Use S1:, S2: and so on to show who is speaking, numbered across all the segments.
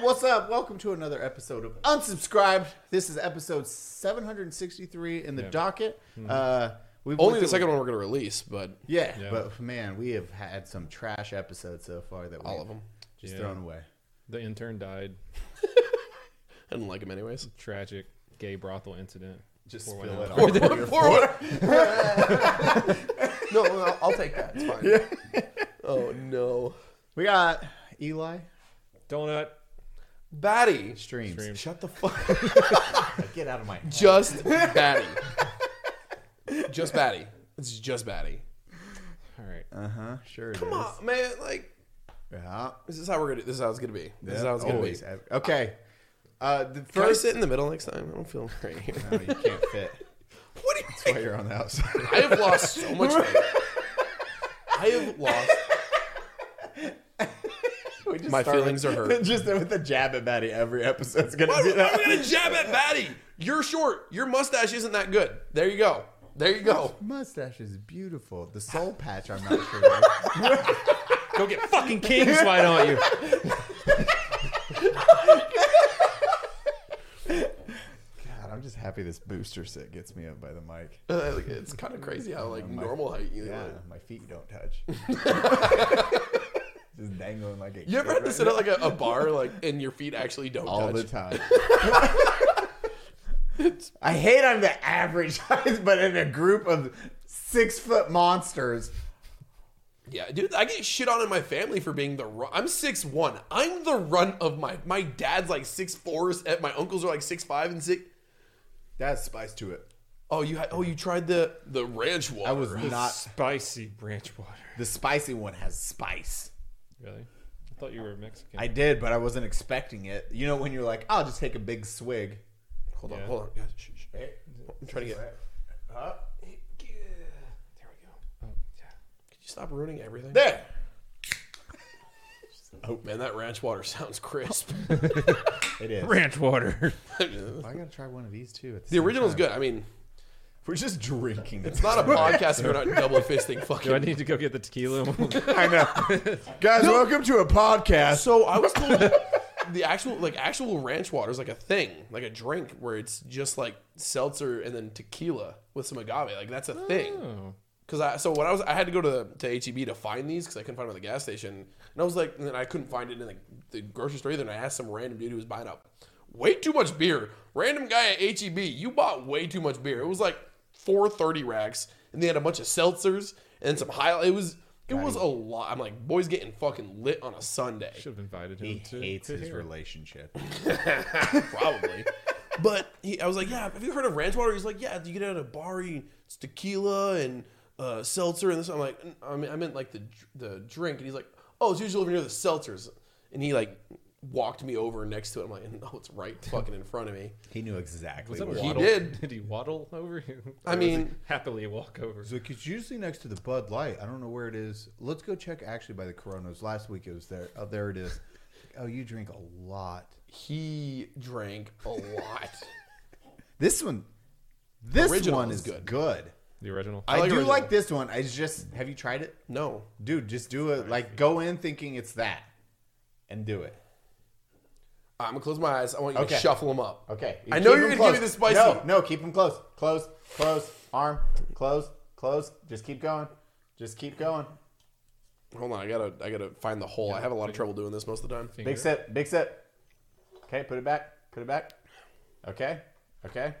S1: what's up? Welcome to another episode of Unsubscribed. This is episode 763 in the docket. Uh, we've
S2: Mm-hmm. Only
S1: went
S2: the
S1: through-
S2: second one we're going to release, but
S1: Yeah,
S3: Yeah.
S1: but man, we have had some trash episodes so far that we
S2: all of them.
S1: just
S3: Yeah.
S1: thrown away.
S3: The intern died.
S2: I didn't like them anyways.
S3: Tragic gay brothel incident.
S1: Just
S3: Pour one
S1: spill
S3: out.
S1: it all.
S2: Or
S1: over
S2: the
S1: your
S2: or
S1: floor.
S2: what- no, no, I'll take that. It's fine. Oh no,
S1: We got Eli
S3: Donut.
S2: Batty.
S1: Streams.
S3: Stream.
S2: Shut the fuck.
S1: Get out of my.
S2: Just Batty. Just Batty. It's just Batty.
S3: All right.
S1: Uh huh. Sure. it
S2: Come
S1: is.
S2: on, man. Like
S1: Yeah.
S2: this is how we're gonna. This is how it's gonna be. This is
S1: Yep,
S2: how it's gonna
S1: always.
S2: be.
S1: Okay. Uh, the
S2: Can I
S1: first.
S2: sit in the middle next time? I don't feel right here.
S1: No, you can't fit.
S2: What do you
S1: That's
S2: think?
S1: why you're on the outside.
S2: I have lost so much weight. I have lost.
S1: We just
S2: My
S1: start
S2: feelings
S1: with-
S2: are hurt.
S1: just with a jab at Maddie every episode's gonna
S2: Why
S1: do
S2: would I
S1: that.
S2: gonna jab at Batty? You're short. Your mustache isn't that good. There you go. There you go.
S1: Mustache is beautiful. The soul patch, I'm not sure. of.
S3: Go get fucking kings, why don't you?
S1: God, I'm just happy this booster sit gets me up by the mic.
S2: Uh, like, it's kind of crazy how like
S1: my-
S2: normal height you
S1: Yeah,
S2: look.
S1: my feet don't touch. just dangling like a.
S2: You ever had to sit at like a, a bar like and your feet actually don't
S1: all
S2: touch?
S1: the time? I hate I'm the average size, but in a group of six foot monsters.
S2: Yeah, dude, I get shit on in my family for being the run. I'm six one. I'm the run of my my dad's like six fours. At my uncles are like six five and six.
S1: That's spice to it.
S2: Oh, you had, oh you tried the the ranch water.
S1: I was not
S3: Spicy branch water.
S1: the spicy one has spice.
S3: Really? I thought you were Mexican.
S1: I did, but I wasn't expecting it. You know when you're like, I'll just take a big swig.
S2: Hold on,
S3: Yeah.
S2: hold on, guys. Shh, shh. I'm trying to get. There we go.
S3: oh, yeah.
S2: Could you stop ruining everything?
S1: There.
S2: Oh man, that ranch water sounds crisp.
S1: It is.
S3: Branch water.
S2: the
S1: I gotta try one of these too.
S2: original's good. I mean,
S1: We're just drinking.
S2: it's not a podcast if we're not double fisting fucking.
S3: Do I need to go get the tequila?
S1: I know. Guys, welcome to a podcast.
S2: So I was told the actual like actual ranch water is like a thing, like a drink where it's just like seltzer and then tequila with some agave. Like that's a thing.
S3: oh.
S2: Cause I so when I was I had to go to to HEB to find these because I couldn't find them at the gas station, and I was like, and then I couldn't find it in the, the grocery store either. And I asked some random dude who was buying up way too much beer. Random guy at HEB, you bought way too much beer. It was like four thirty racks, and they had a bunch of seltzers and some high. It was it was a lot. I'm like, boys getting fucking lit on a Sunday.
S3: Should have invited him
S1: He
S3: to.
S1: hates
S3: to
S1: his
S3: here.
S1: relationship.
S2: probably. but he, I was like, yeah, have you heard of ranch water? He's like, yeah, you get it at a bar, you, it's tequila and uh, seltzer and this. I'm like, "N- I mean, I meant like the dr- the drink. And he's like, oh, it's usually over near the seltzers. And he like walked me over next to it. I'm like, no, it's right fucking in front of me.
S1: He knew exactly
S3: Was that
S1: what
S2: He
S3: waddle?
S2: did.
S3: Did he waddle over you?
S2: I
S3: Or was he
S2: mean-
S3: happily walk over.
S1: It's like, it's usually next to the Bud Light. I don't know where it is. Let's go check actually by the Coronas. Last week it was there. Oh, there it is. Oh, you drink a lot.
S2: He drank a lot.
S1: This one, this
S2: Original
S1: one
S2: is
S1: is good.
S2: good.
S3: The original.
S1: I,
S2: like
S1: do
S2: original.
S1: like this one. I just have you tried it,
S2: no.
S1: dude? Just do it. Like go in thinking it's that, and do it.
S2: I'm gonna close my eyes. I want you
S1: Okay.
S2: to shuffle them up.
S1: Okay.
S2: I know
S1: Keep
S2: you're
S1: them
S2: gonna give me
S1: close.
S2: the spicy.
S1: No, no, keep them close. Close, close, arm, close, close. Just keep going. Just keep going.
S2: Hold on, I gotta, I gotta find the hole. I have a lot of trouble doing this most of the time.
S1: Big sip, big sip. Okay, put it back. Put it back. Okay. Okay.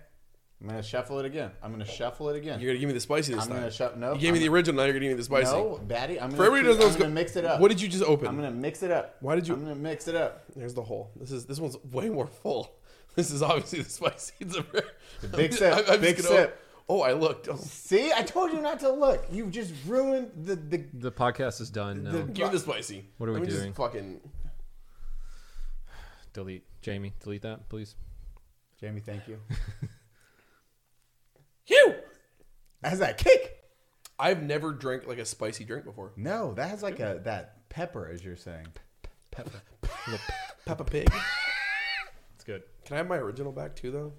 S1: I'm gonna shuffle it again. I'm gonna shuffle it again.
S2: You're gonna give me the spicy this
S1: I'm
S2: time.
S1: gonna shut no.
S2: You gave me the original. Now you're gonna give me the spicy.
S1: no, Batty. I'm gonna,
S2: For everybody who
S1: keep-
S2: doesn't know
S1: I'm
S2: what's
S1: gonna
S2: go-
S1: mix it up.
S2: What did you just open?
S1: I'm gonna mix it up.
S2: Why did you-
S1: I'm gonna mix it up.
S2: There's the hole. This is this one's way more full. This is obviously the spicy. It's a rare.
S1: big sip, big sip.
S2: Oh, I looked. Oh,
S1: See, I told you not to look. You've just ruined the the.
S3: The podcast is done. No.
S1: The-
S2: give me the spicy.
S3: What are we
S2: Let me
S3: doing?
S2: Just fucking.
S3: Delete. Jamie, delete that, please.
S1: Jamie, thank you.
S2: Phew!
S1: That's that kick.
S2: I've never drank like a spicy drink before.
S1: No, that has like a that pepper, as you're saying.
S3: Peppa.
S2: Peppa Pig.
S3: It's good.
S2: Can I have my original back too, though?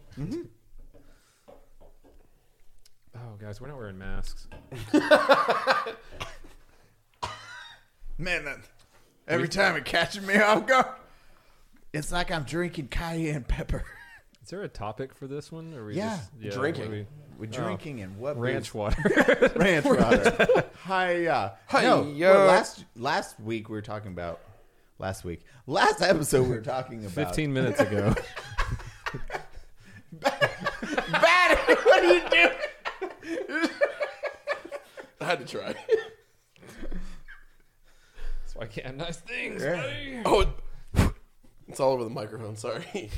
S3: Oh, guys, we're not wearing masks.
S1: Man, that every time it catches me off guard. It's like I'm drinking cayenne pepper.
S3: Is there a topic for this one? Or we
S1: Yeah.
S3: just,
S2: Drinking.
S3: we-
S1: We're
S3: Oh.
S1: drinking and what
S3: ranch
S1: booze?
S3: water.
S1: ranch water. Hiya. No,
S2: Hiya.
S1: well, last last week we were talking about last week. Last episode we were talking about
S3: Fifteen minutes ago.
S1: Bad. what do you do?
S2: I had to try.
S3: That's why I can't have nice things.
S1: Yeah.
S3: buddy.
S2: oh, it- it's all over the microphone. Sorry.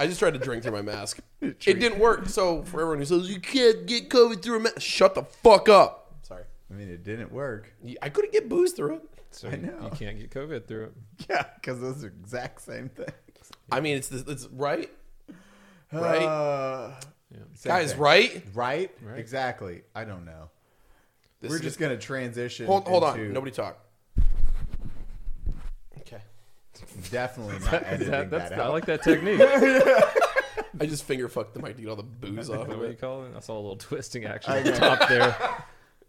S2: I just tried to drink through my mask. It didn't work. So for everyone who says you can't get COVID through a mask, shut the fuck up. Sorry.
S1: I mean, it didn't work.
S2: You- I couldn't get booze through it.
S3: So
S1: I
S3: you-
S1: know.
S3: you can't get COVID through it.
S1: Yeah, because those are exact same things.
S2: I mean, it's it's right, Right.
S1: Uh,
S3: Yeah.
S1: same
S2: guys,
S1: thing.
S2: right?
S1: right?
S3: Right.
S1: Exactly. I don't know.
S2: This
S1: We're
S2: is-
S1: just gonna transition.
S2: hold hold on.
S1: into-
S2: Nobody talk. Okay.
S1: Definitely not
S3: Is
S1: editing that,
S3: that- that's-
S1: out.
S3: I like that technique. Is
S2: I just finger fucked the mic to get all the booze off
S3: that
S2: of
S3: what you
S2: it.
S3: call it? I saw a little twisting action at the top there.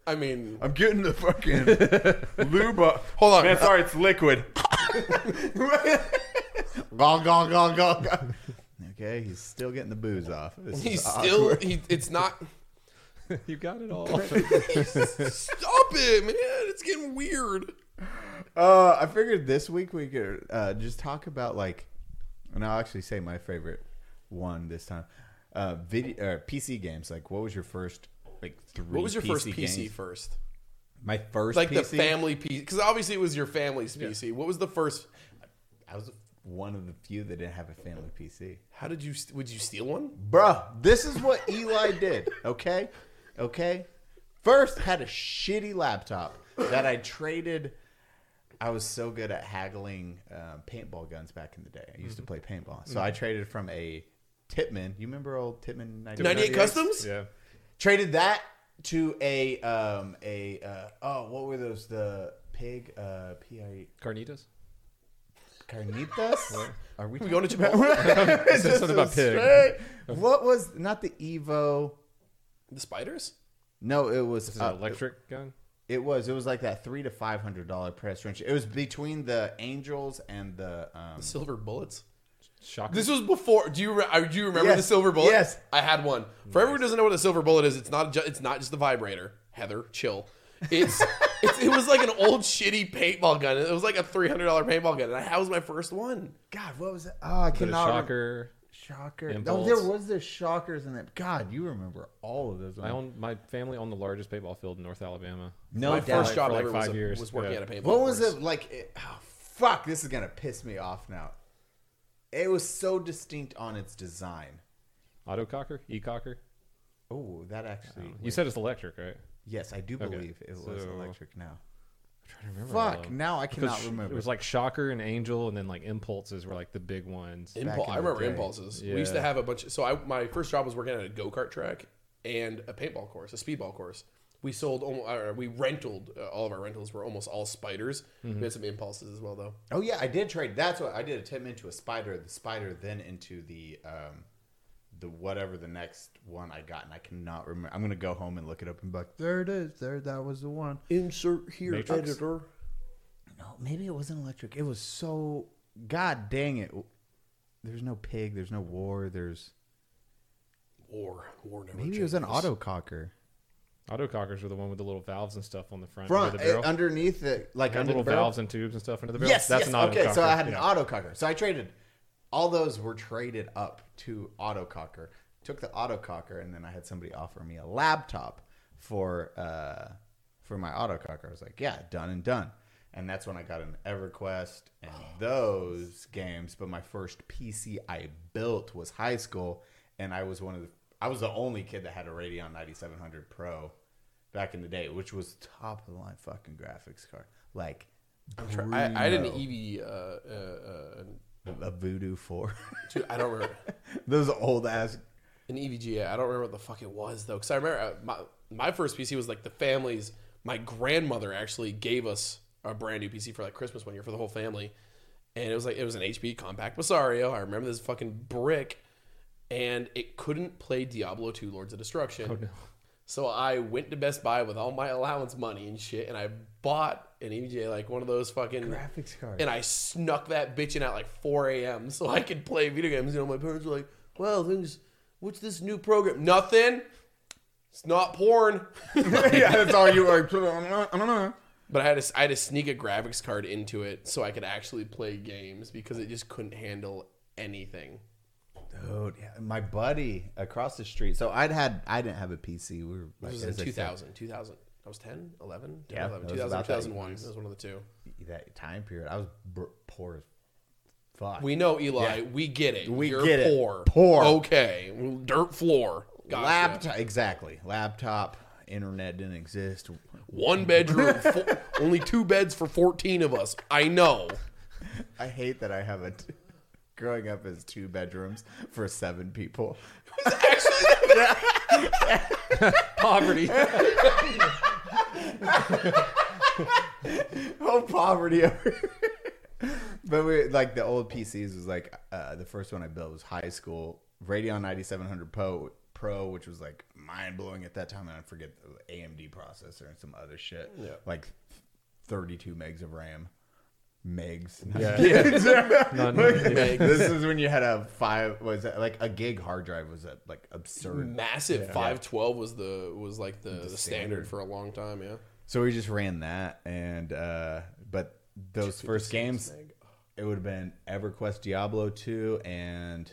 S2: I mean,
S1: I'm getting the fucking lube up.
S2: hold on.
S1: Man, sorry, it's liquid. gong, gong, gong, gong, gong. Okay, he's still getting the booze off. This is
S2: He's
S1: awkward.
S2: still. He, it's not.
S3: You got it all.
S2: Stop it, man! It's getting weird.
S1: Uh, I figured this week we could uh, just talk about like, and I'll actually say my favorite one this time. Uh, video or PC games. Like, what was your first like three?
S2: What was your
S1: PC
S2: first PC
S1: games?
S2: first?
S1: My first
S2: Like the
S1: PC?
S2: family PC, because obviously it was your family's PC. What was the first?
S1: I was one of the few that didn't have a family PC.
S2: How did you? st- Would you steal one?
S1: Bruh, this is what Eli did, okay? Okay? First, had a shitty laptop that I traded. I was so good at haggling um, paintball guns back in the day. I used
S2: Mm-hmm.
S1: to play paintball. So I traded from a Titman. You remember old Titman 98?
S2: Ninety-eight customs.
S3: Yeah.
S1: Traded that to a, um, a uh, oh, what were those? The pig, uh, P-I,
S3: Carnitas?
S1: carnitas? Are we
S2: We going to
S1: Just
S2: Japan?
S3: something
S1: a
S3: about pig.
S1: straight- What was not the Evo?
S2: the spiders.
S1: No, it was
S3: Is it
S1: uh,
S3: an electric gun?
S1: it was it was like that three to five hundred dollar price range. It was between the Angels and the um,
S2: Silver bullets.
S3: Shock.
S2: This was before. Do you re- I- do you remember
S1: Yes.
S2: the silver bullet?
S1: Yes.
S2: I had one. For everyone who doesn't know what a silver bullet is, it's not ju- it's not just a vibrator. Heather, chill. It's, it's it was like an old shitty paintball gun. It was like a three hundred dollar paintball gun, and I- that was my first one.
S1: God. What was it? Oh, I
S3: Put a
S1: cannot. remember.
S3: shocker.
S1: Shocker. No,
S3: Impulse.
S1: there was the shockers in that. God, you remember all of those.
S3: I
S1: Ones.
S3: own my family owned the largest paintball field in North Alabama.
S1: No
S2: my
S1: doubt.
S2: first job
S3: Oh, For like
S2: ever was,
S3: five
S2: a-
S3: years.
S2: was working
S3: Yeah.
S2: at a paintball.
S1: What was
S2: course.
S1: it like? It, oh, fuck! This is gonna piss me off now. It was so distinct on its design.
S3: Auto cocker? E cocker?
S1: Oh, that actually.
S3: You said it's electric, right?
S1: Yes, I do believe it was
S3: so-
S1: electric now.
S3: I'm trying to remember. all of
S1: Fuck,
S3: them.
S1: now I
S3: Because
S1: cannot
S3: sh-
S1: remember.
S3: It was like Shocker and Angel, and then like Impulses were like the big ones.
S1: back
S2: Impul-
S1: in
S2: I
S1: the
S2: remember
S1: day.
S2: impulses. We used to
S3: Yeah.
S2: have a bunch. so I, my first job was working at a go kart track and a paintball course, a speedball course. We sold, almo- or we rentaled. Uh, all of our rentals were almost all spiders.
S3: Mm-hmm.
S2: We had some impulses as well, though.
S1: Oh yeah, I did trade. That's what I did. A Tim into a spider, the spider then into the um, the whatever the next one I got, and I cannot remember. I'm gonna go home and look it up and be like, there it is. There, that was the one.
S2: Insert here,
S3: Matrix?
S2: editor.
S1: No, maybe it wasn't electric. It was so. God dang it. There's no pig. There's no war. There's
S2: War, war never
S1: maybe it was an
S2: changes.
S1: autococker.
S3: Auto cockers were the one with the little valves and stuff on the front,
S1: Front
S3: of the barrel.
S1: eh, underneath it, like
S3: They had
S1: under
S3: little
S1: the barrel.
S3: valves and tubes and stuff under the barrel.
S1: Yes,
S3: that's
S1: yes.
S3: an auto
S1: okay, so
S3: cocker.
S1: I had an
S3: Yeah.
S1: autococker. So I traded. All those were traded up to autococker. Took the autococker, and then I had somebody offer me a laptop for uh, for my autococker. I was like, yeah, done and done. And that's when I got an EverQuest and
S2: Oh,
S1: those games. But my first PC I built was high school, and I was one of the I was the only kid that had a Radeon 9700 Pro back in the day, which was top of the line fucking graphics card. Like,
S2: Try- I, I had an
S1: Bruno
S2: EV. Uh, uh, uh,
S1: a voodoo four.
S2: dude, I don't remember
S1: Those old ass.
S2: an E EVGA. I don't remember what the fuck it was though, because I remember uh, my my first PC was like the family's. My grandmother actually gave us a brand new PC for like Christmas one year for the whole family, and it was like it was an HP compact Basario. I remember this fucking brick, and it couldn't play Diablo two Lords of Destruction. Oh no. So I went to Best Buy with all my allowance money and shit, and I bought an E EJ like one of those fucking
S1: Graphics card.
S2: and I snuck that bitch in at like 4 a.m. so I could play video games. You know, my parents were like, "Well, things, what's this new program? Nothing. It's not porn."
S1: yeah, that's all you like. I don't know.
S2: But I had to I had to sneak a graphics card into it so I could actually play games because it just couldn't handle anything.
S1: Dude, yeah, my buddy across the street. So I'd had I didn't have a PC. We were like,
S2: It was in
S1: as I said,
S2: 2000, 2000. I was 10, 11,
S1: Yeah,
S2: 11,
S1: that was
S2: 2000,
S1: about that.
S2: 2001. That was one of the two.
S1: that time period. I was br- poor as fuck.
S2: We know Eli. We get it.
S1: We
S2: You're
S1: get it.
S2: poor.
S1: Poor.
S2: Okay. Dirt floor. Gotcha.
S1: laptop exactly. Laptop, internet didn't exist.
S2: One bedroom. fo- only two beds for 14 of us. I know.
S1: I hate that I have a t- growing up as two bedrooms for seven people.
S3: Poverty.
S1: Oh, poverty over. here. but we like the old PCs was like uh, the first one I built was high school Radeon 9700 Pro, Pro which was like mind blowing at that time. And I forget the AMD processor and some other shit.
S2: Yeah.
S1: Like 32 megs of RAM. Megs.
S3: None.
S1: this is when you had a five was that like a gig hard drive was a, like absurd.
S2: Massive. 512 was the was like the, the standard. for a long time. Yeah.
S1: So we just ran that, and uh, but those first games, it would have been EverQuest, Diablo two, and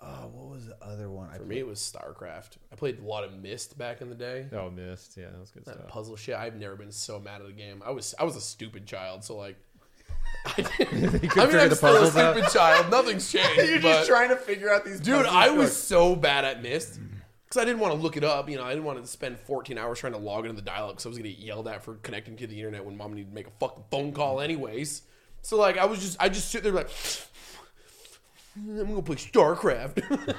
S1: oh, what was the other one? I
S2: For me, it was StarCraft. I played a lot of Myst back in the day.
S3: Oh, missed. Yeah, that was good
S1: Uh,
S2: That
S3: stuff.
S2: puzzle shit. I've never been so mad at a game. I was I was a stupid child. So like. I, I mean,
S3: figure
S2: I'm
S3: the
S2: still a
S3: puzzles out?
S2: stupid child. Nothing's changed.
S1: You're
S2: but-
S1: just trying to figure out these
S2: Dude,
S1: puzzles,
S2: I
S1: like,
S2: was so bad at Myst because I didn't want to look it up. You know, I didn't want to spend 14 hours trying to log into the dial-up because I was going to get yelled at for connecting to the internet when mom needed to make a fucking phone call anyways. So like, I was just, I just sit there like, I'm gonna play StarCraft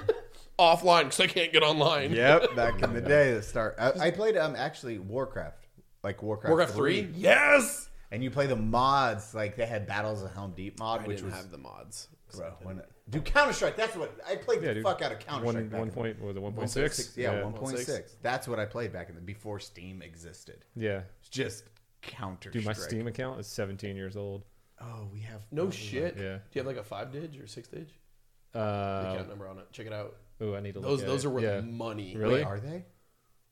S2: offline because I can't get online.
S1: Yep, back in the day, the start. I, I played um actually Warcraft, like Warcraft,
S2: Warcraft three, yes.
S1: and you play the mods. Like they had Battles of Helm Deep mod,
S2: I
S1: which
S2: didn't
S1: was
S2: have the mods.
S1: bro. When, dude, Counter Strike. That's what I played
S3: Yeah,
S1: the
S3: dude.
S1: fuck out of Counter
S3: One,
S1: Strike.
S3: one point, was it 1.6?
S1: Yeah,
S3: yeah.
S1: 1.6.
S2: 1.6.
S1: That's what I played back in the before Steam existed.
S3: Yeah.
S1: It's just Counter
S3: Dude, my
S1: Strike.
S3: Steam account is 17 years old.
S1: Oh, we have
S2: No shit.
S3: Yeah.
S2: Do you have like a five dig or six dig?
S3: Uh,
S2: Account number on it. Check it out.
S3: ooh, I need to look
S2: Those
S3: at
S2: those
S3: it.
S2: are worth
S3: yeah.
S2: money.
S3: Really?
S1: Wait, are they?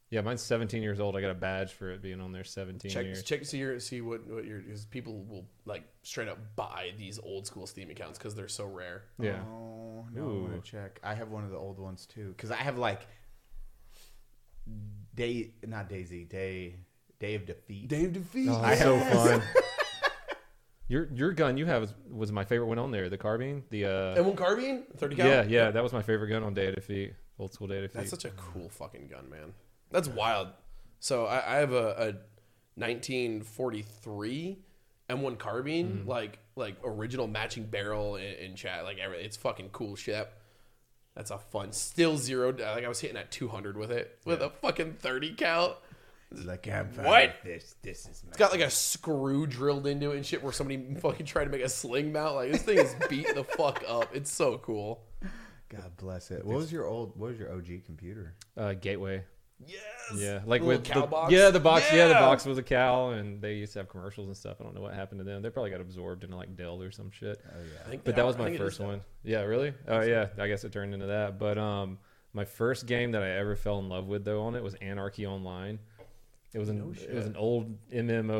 S3: Yeah, mine's 17 years old. I got a badge for it being on there 17
S2: check
S3: years.
S2: check see your see what what your because people will like straight up buy these old school Steam accounts because they're so rare.
S3: Yeah.
S1: Oh no, I'm gonna
S3: Ooh.
S1: check. I have one of the old ones too, because I have like day, not Daisy, day, day of defeat.
S2: Dave Defeat.
S3: Oh, that's so fun. your your gun you have is, was my favorite one on there. The carbine. The
S1: Oh,
S3: uh,
S2: M1 Carbine, thirty cal.
S3: yeah, yeah, that was my favorite gun on Day of Defeat. Old school Day of Defeat.
S2: That's such a cool fucking gun, man. That's wild. So I, I have a, a 1943 M1 carbine,
S3: Mm-hmm.
S2: like like original matching barrel and, and chat, like every, it's fucking cool shit. That- That's a fun. Still zeroed. Like I was hitting at 200 with it with a fucking 30 cal.
S1: Like I'm fine
S2: What?
S1: with This, this is my
S2: It's got like a screw drilled into it and shit where somebody fucking tried to make a sling mount. Like this thing is beat the fuck up. It's so cool.
S1: God bless it. What was your old? What was your OG computer?
S3: uh, gateway.
S2: Yes.
S3: Yeah, like
S2: Little
S3: with
S2: cow
S3: the,
S2: box?
S3: yeah the box yeah. the
S2: Yeah.
S3: box was a cow and they used to have commercials and stuff. I don't know what happened to them. They probably got absorbed into like Dell or some shit.
S1: Oh yeah.
S2: I think
S3: But
S2: they
S3: that
S2: are-
S3: was
S2: I
S3: my
S2: think it is
S3: first
S2: that.
S3: one. Yeah, really? Oh yeah, I guess it turned into that. But um, my first game that I ever fell in love with though on it was Anarchy Online. It was an it was an old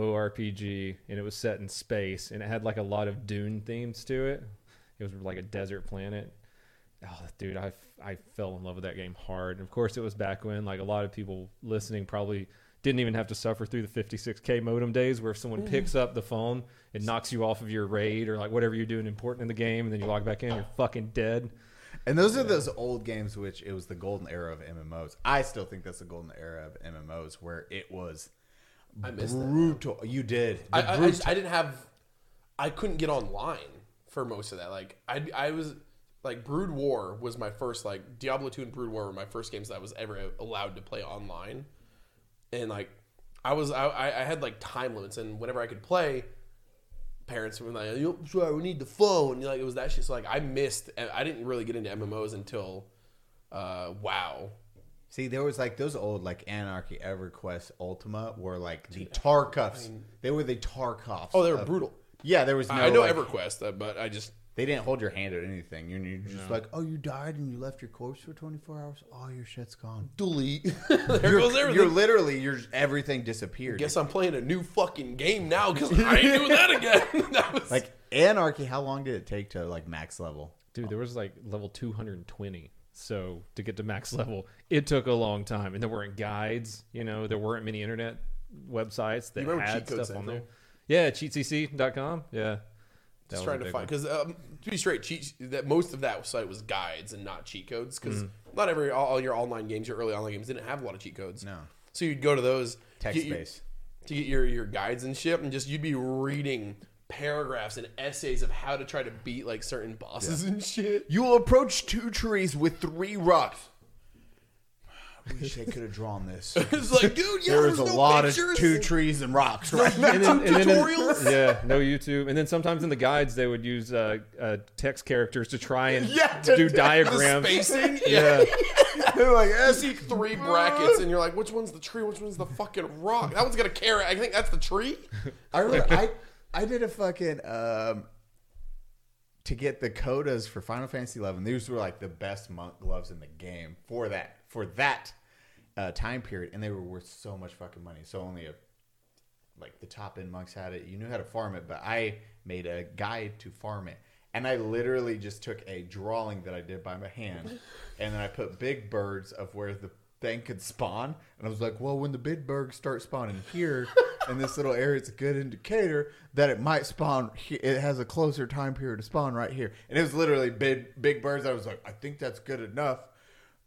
S3: MMORPG and it was set in space and it had like a lot of Dune themes to it. It was like a desert planet. Oh, dude, I, I fell in love with that game hard. And of course, it was back when like a lot of people listening probably didn't even have to suffer through the 56k modem days, where if someone
S2: Mm-hmm.
S3: picks up the phone, it knocks you off of your raid or like whatever you're doing important in the game, and then you log back in, you're fucking dead.
S1: And those are those old games, which it was the golden era of MMOs. I still think that's the golden era of MMOs, where it was
S2: I missed that.
S1: brutal. You did. The
S2: I, I, I
S1: brut-
S2: just- I didn't have. I couldn't get online for most of that. Like I I was like Brood War was my first like Diablo two and Brood War were my first games that I was ever allowed to play online, and like I was I I I had like time limits and whenever I could play. Parents were like, "You sorry, we need the phone." Like it was that shit. So like, I missed. I didn't really get into MMOs until uh, WoW,
S1: See, there was like those old like Anarchy EverQuest Ultima were like the tar cuffs. They were the tar cuffs.
S2: Oh, they were
S1: of-
S2: brutal.
S1: Yeah, there was Uh, no.
S2: I know
S1: like,
S2: EverQuest, uh, but I just
S1: They didn't hold your hand or anything. You're, you're just like, oh, you died and you left your corpse for 24 hours. All your shit's gone.
S2: delete. there
S1: You're,
S2: goes
S1: you're
S2: everything.
S1: literally, you're everything disappeared.
S2: Guess I'm playing a new fucking game now because I ain't doing that again. that was
S1: like Anarchy, how long did it take to like max level?
S3: Dude, there was like level 220. So to get to max level, it took a long time, and there weren't guides. You know, there weren't many internet websites that
S2: You remember
S3: had
S2: cheat codes
S3: stuff on there.
S2: central?
S3: Yeah, cheatcc.com. Yeah, that was
S2: just
S3: a
S2: trying to
S3: big
S2: find because um, to be straight, cheat that most of that site was guides and not cheat codes because
S1: Mm.
S2: not every all, all your online games, your early online games didn't have a lot of cheat codes.
S1: No.
S2: so you'd go to those
S1: Text
S2: get your-
S1: based.
S2: to get your your guides and shit, and just you'd be reading paragraphs and essays of how to try to beat like certain bosses and shit.
S1: You will approach two trees with three rocks. I wish they could have drawn this.
S2: It's like, dude, yeah,
S1: there
S2: there's
S1: is a
S2: no
S1: lot
S2: pictures.
S1: of two trees and rocks right now.
S3: And then- and then in-
S2: tutorials?
S3: yeah, no YouTube. And then sometimes in the guides they would use uh, uh, text characters to try and
S1: Yeah, to-
S3: do
S1: the
S3: diagrams.
S2: spacing.
S3: Yeah,
S1: They're like, eh,
S2: You see three brackets, and you're like, which one's the tree? Which one's the fucking rock? That one's got a carrot. I think that's the tree.
S1: I remember I I did a fucking um to get the codas for Final Fantasy Eleven. These were like the best monk gloves in the game for that for that uh, time period, and they were worth so much fucking money. So only a like the top end monks had it. You knew how to farm it, but I made a guide to farm it. And I literally just took a drawing that I did by my hand, and then I put big birds of where the thing could spawn. And I was like, well, when the big birds start spawning here in this little area, it's a good indicator that it might spawn. he- It has a closer time period to spawn right here. And it was literally big, big birds. I was like, I think that's good enough.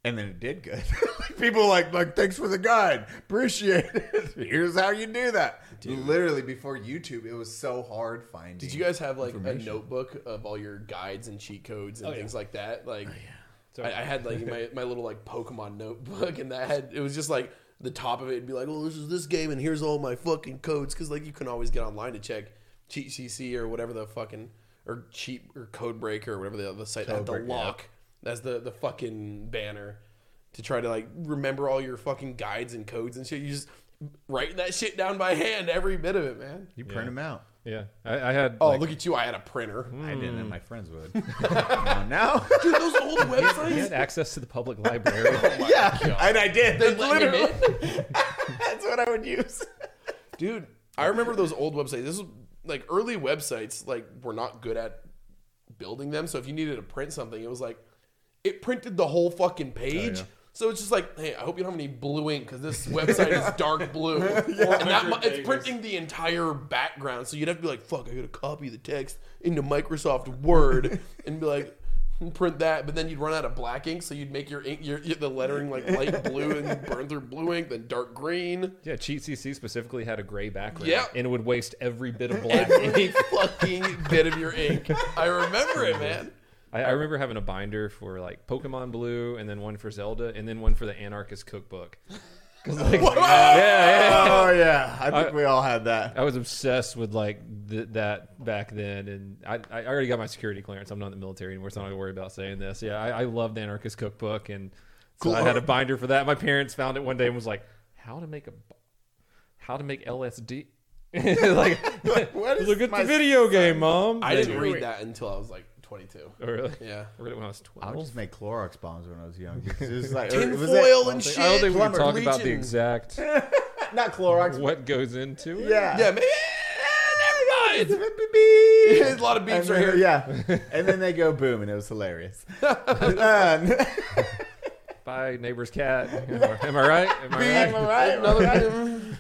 S1: And then it did good. People were like like thanks for the guide, appreciate it. Here's how you do that. Literally before YouTube, it was so hard finding.
S2: Did you guys have like a notebook of all your guides and cheat codes and things like that?
S1: Oh,
S2: Like, I, I had like my, my little like Pokemon notebook, and that had it was just like the top of it would be like, oh, this is this game, and here's all my fucking codes, because like you can always get online to check cheat CC or whatever the fucking or cheat or code breaker or whatever the other site had the
S1: Codebreaker, yeah.
S2: lock as the the fucking banner to try to like remember all your fucking guides and codes and shit. You just writing that shit down by hand, every bit of it, man.
S1: You print them out.
S3: yeah. I, I had.
S2: Oh,
S3: like,
S2: look at you! I had a printer.
S1: I didn't, and my friends would. no, no.
S2: Dude, those old
S3: I
S2: websites.
S3: had access to the public library.
S1: yeah, and I did.
S2: They let him
S1: Literally,
S2: in.
S1: that's what I would use.
S2: Dude, I remember those old websites. This was like early websites like were not good at building them. So if you needed to print something, it was like it printed the whole fucking page.
S3: yeah.
S2: So it's just like, hey, I hope you don't have any blue ink because this website is dark blue, and that, mi- it's printing the entire background. So you'd have to be like, fuck, I gotta copy the text into Microsoft Word and be like, print that. But then you'd run out of black ink, so you'd make your ink, your, your the lettering like light blue and burn through blue ink, then dark green.
S3: yeah, cheat CC specifically had a gray background,
S2: Yep.
S3: and it would waste every bit of black
S2: every fucking bit of your ink. I remember it, man.
S3: I, I remember having a binder for like Pokemon Blue, and then one for Zelda, and then one for the Anarchist Cookbook. 'Cause, like, yeah, yeah.
S1: Oh yeah, I think we all had that.
S3: I was obsessed with like th- that back then, and I, I already got my security clearance. I'm not in the military anymore, so I'm not gonna worry about saying this. Yeah, I, I loved Anarchist Cookbook, and so I had a binder for that. My parents found it one day and was like, "How to make a, bo- how to make LSD." like,
S1: What is
S3: look at
S1: my-
S3: the video game, mom.
S2: I
S3: They-
S2: didn't read that until I was like 22.
S3: Oh, really?
S2: Yeah.
S3: I read it when I was
S1: I
S3: twelve.
S1: would just make Clorox bombs when I was young. It was like or- was it-
S2: Tinfoil and
S3: I
S2: shit.
S3: don't think we can talk
S2: Plumber.
S3: about the
S2: Legion.
S3: exact
S1: not Clorox.
S3: what goes into it.
S1: Yeah,
S2: Yeah, man. Never mind. There's a lot of beeps
S1: And
S2: right
S1: then-
S2: here.
S1: Yeah. And then they go boom, and it was hilarious. Um,
S3: By neighbor's cat. Am I right? Am I right?
S1: am I right? Am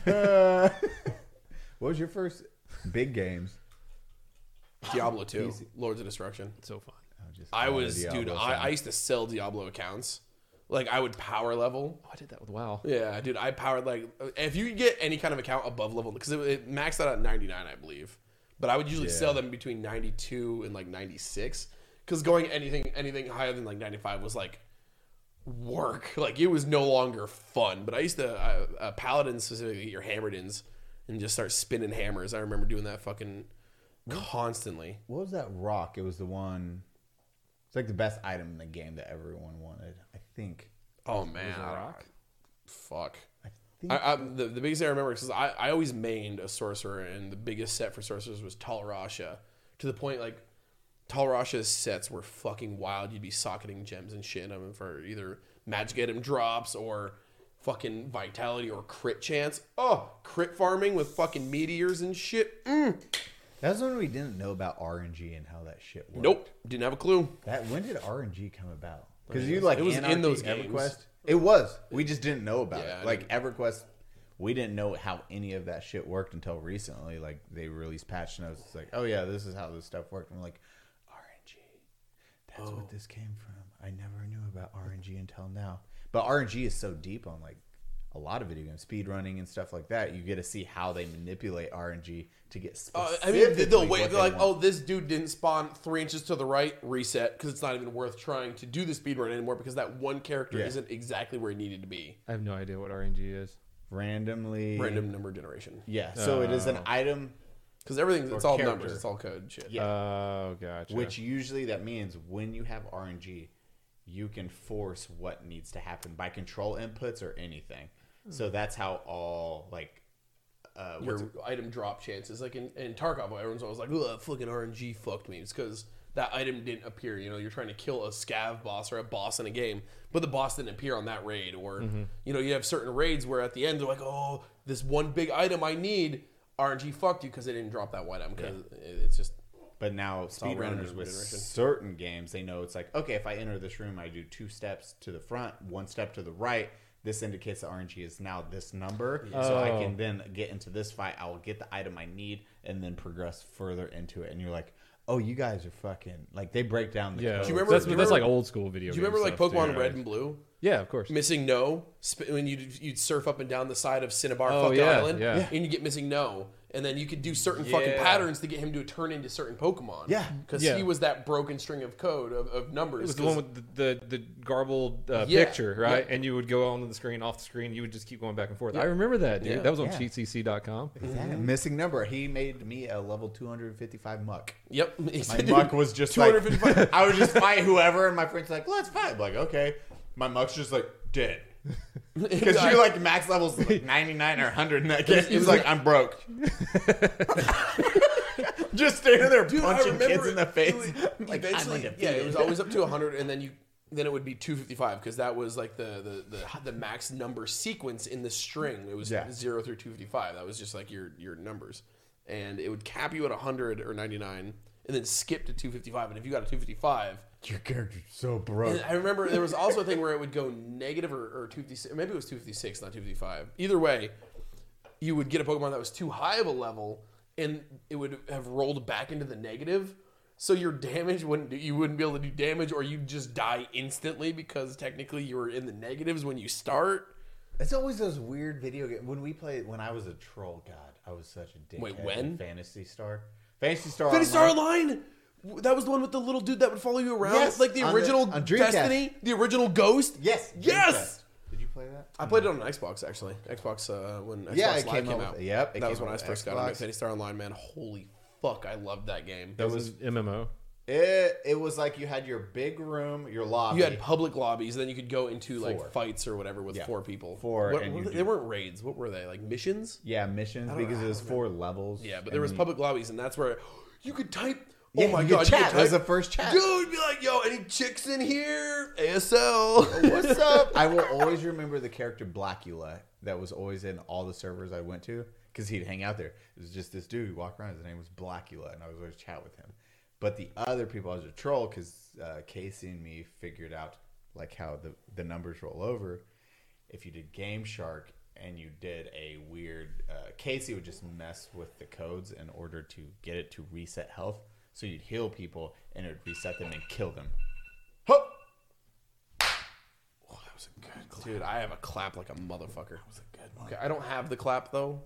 S1: I right? Uh, what was your first big games?
S2: Diablo 2, Lords of Destruction.
S3: So fun.
S1: just
S2: I
S1: all the
S2: was,
S1: Diablo
S2: dude, I,
S1: stuff.
S2: I used to sell Diablo accounts. Like, I would power level.
S3: Oh, I did that with WoW.
S2: Yeah, dude, I powered like if you could get any kind of account above level because it, it maxed out at ninety nine, I believe. But I would usually sell them between ninety two and like ninety six because going anything anything higher than like ninety five was like work. Like it was no longer fun. But I used to uh, uh, paladins specifically your hammered ins and just start spinning hammers. I remember doing that fucking constantly.
S1: What was that rock? It was the one. It's like the best item in the game that everyone wanted, I think.
S2: Oh man, I don't-
S3: rock?
S2: fuck.
S1: think-
S2: I, I, the, the biggest thing I remember because I, I always mained a sorcerer, and the biggest set for sorcerers was Tal Rasha. To the point, like, Tal Rasha's sets were fucking wild. You'd be socketing gems and shit in them for either magic item drops or fucking vitality or crit chance. Oh, crit farming with fucking meteors and shit. Mm.
S1: That's when we didn't know about RNG and how that shit worked.
S2: Nope, didn't have a clue.
S1: That when did RNG come about? Because
S2: mean,
S1: you like
S2: it was in
S1: anarchy,
S2: those games.
S1: EverQuest. It was. We just didn't know about
S2: Yeah, I
S1: it. Like EverQuest, we didn't know how any of that shit worked until recently. Like they released patch notes. It's like, oh yeah, this is how this stuff worked. And we're like, RNG. That's what this came from. I never knew about RNG until now. But RNG is so deep on like a lot of video games, speedrunning and stuff like that. You get to see how they manipulate RNG to get
S2: Uh,
S1: specific.
S2: I mean, they- they'll wait.
S1: They're
S2: They're like, "Oh, this dude didn't spawn three inches to the right. Reset because it's not even worth trying to do the speed run anymore because that one character
S1: Yeah.
S2: isn't exactly where he needed to be."
S3: I have no idea what RNG is.
S1: randomly.
S2: Random number generation
S1: Yeah,
S3: Oh,
S1: so it is an item
S2: because everything's it's all numbers,
S1: character.
S2: it's all code shit.
S1: Yeah.
S3: Oh, gotcha.
S1: Which usually that means when you have RNG, you can force what needs to happen by control inputs or anything.
S3: Hmm.
S1: So that's how all like uh,
S2: Your
S1: what's,
S2: item drop chances, like in, in Tarkov, everyone's always like, "Oh, that fucking RNG fucked me." It's because that item didn't appear. You know, you're trying to kill a scav boss or a boss in a game, but the boss didn't appear on that raid. Or
S1: Mm-hmm.
S2: you know, you have certain raids where at the end they're like, "Oh, this one big item I need." RNG fucked you because they didn't drop that one item because it's just
S1: but now
S2: all random
S1: speedrunners with
S2: generation.
S1: certain games they know it's like okay if I enter this room I do two steps to the front, one step to the right. This indicates the RNG is now this number, so I
S3: Oh.
S1: can then get into this fight. I'll get the item I need and then progress further into it. And you're like, oh, you guys are fucking like they break down the
S3: yeah,
S1: code.
S2: you remember-
S3: that's,
S2: do you
S3: that's like
S2: remember-
S3: old school video.
S2: Do you remember like Pokemon Red and Blue?
S3: Yeah, of course.
S2: Missing no sp- when you you'd surf up and down the side of Cinnabar
S3: Oh,
S2: fuck
S3: yeah,
S2: Island,
S3: yeah.
S2: and you get missing no, and then you could do certain fucking
S3: Yeah.
S2: patterns to get him to turn into certain Pokemon.
S1: Yeah.
S2: because
S3: Yeah.
S2: he was that broken string of code of, of
S3: It
S2: numbers.
S3: was the
S2: 'cause-
S3: one with the the, the garbled uh,
S2: Yeah.
S3: picture, right?
S2: Yeah.
S3: And you would go onto the screen, off the screen. You would just keep going back and forth. I remember that, dude.
S2: Yeah.
S3: That was on
S1: Yeah.
S3: cheatcc.com.
S1: Exactly.
S2: Mm-hmm.
S1: Missing number. He made me a level 255 muck.
S2: yep,
S1: My muck was just like,
S2: 255.
S1: I would just fight whoever, and my friend's like, let's fight. I'm like, okay. My muck's just like, dead. Because you're like max levels like 99 or 100 in that game. He's like, I'm broke. just standing there
S2: Dude, I
S1: punching
S2: remember
S1: kids in the
S2: it-
S1: face. I'm
S2: it was-
S1: like, I'm
S2: eventually,
S1: undefeated.
S2: yeah, it was always up to 100, and then you then it would be 255 because that was like the, the the the max number sequence in the string. It was
S1: Yeah.
S2: zero through 255. That was just like your your numbers, and it would cap you at 100 or 99, and then skip to 255. And if you got a 255,
S1: Your character's so broke.
S2: and I remember there was also a thing where it would go negative or, or 256. Maybe it was 256, not 255. Either way, you would get a Pokemon that was too high of a level, and it would have rolled back into the negative. So your damage wouldn't do, you wouldn't be able to do damage, or you'd just die instantly because technically you were in the negatives when you start.
S1: It's always those weird video games. When we played, when I was a troll, God, I was such a dickhead.
S2: Wait,
S1: in
S2: when?
S1: Fantasy Star. Fantasy Star.
S2: Fantasy Star
S1: Online.
S2: Online. That was the one with the little dude that would follow you around,
S1: Yes,
S2: like the
S1: on the-
S2: original
S1: on Dreamcast.
S2: Destiny, the original Ghost.
S1: Yes.
S2: yes.
S1: Dreamcast. Did you play that?
S2: I played it on an Xbox actually. Xbox uh, when Xbox
S1: Yeah, it
S2: Live
S1: came
S2: came,
S1: out with-
S2: out.
S1: yep, it
S2: that was
S1: came
S2: when I
S1: out with
S2: first got
S1: Xbox.
S2: into Fantasy Star Online. Man, holy fuck, I loved that game.
S3: That was MMO.
S1: It, it was like you had your big room, your lobby.
S2: you had public lobbies, and then you could go into
S1: Four.
S2: like fights or whatever with four people.
S1: Four,
S2: What,
S1: and
S2: what-
S1: you
S2: they
S1: do-
S2: weren't raids. What were they like missions?
S1: yeah missions
S2: don't-
S1: because
S2: I
S1: it was
S2: don't
S1: four levels.
S2: Yeah, but there was
S1: and
S2: public lobbies, and that's where you could type.
S1: Yeah,
S2: oh my
S1: you could
S2: god,
S1: chat.
S2: you could
S1: That was
S2: type,
S1: the first chat.
S2: Dude, be like, yo, any chicks in here? ASL.
S1: What's up? I will always remember the character Blackula that was always in all the servers I went to because he'd hang out there. It was just this dude who walked around. His name was Blackula, and I was always chat with him. But the other people, I was a troll because uh, Casey and me figured out like how the the numbers roll over. If you did Game Shark and you did a weird, uh, Casey would just mess with the codes in order to get it to reset health. So you'd heal people and it would reset them and kill them. Hup!
S2: Oh, that was a good clap. Dude, I have a clap like a motherfucker. That was a good one. Okay, I don't have the clap though.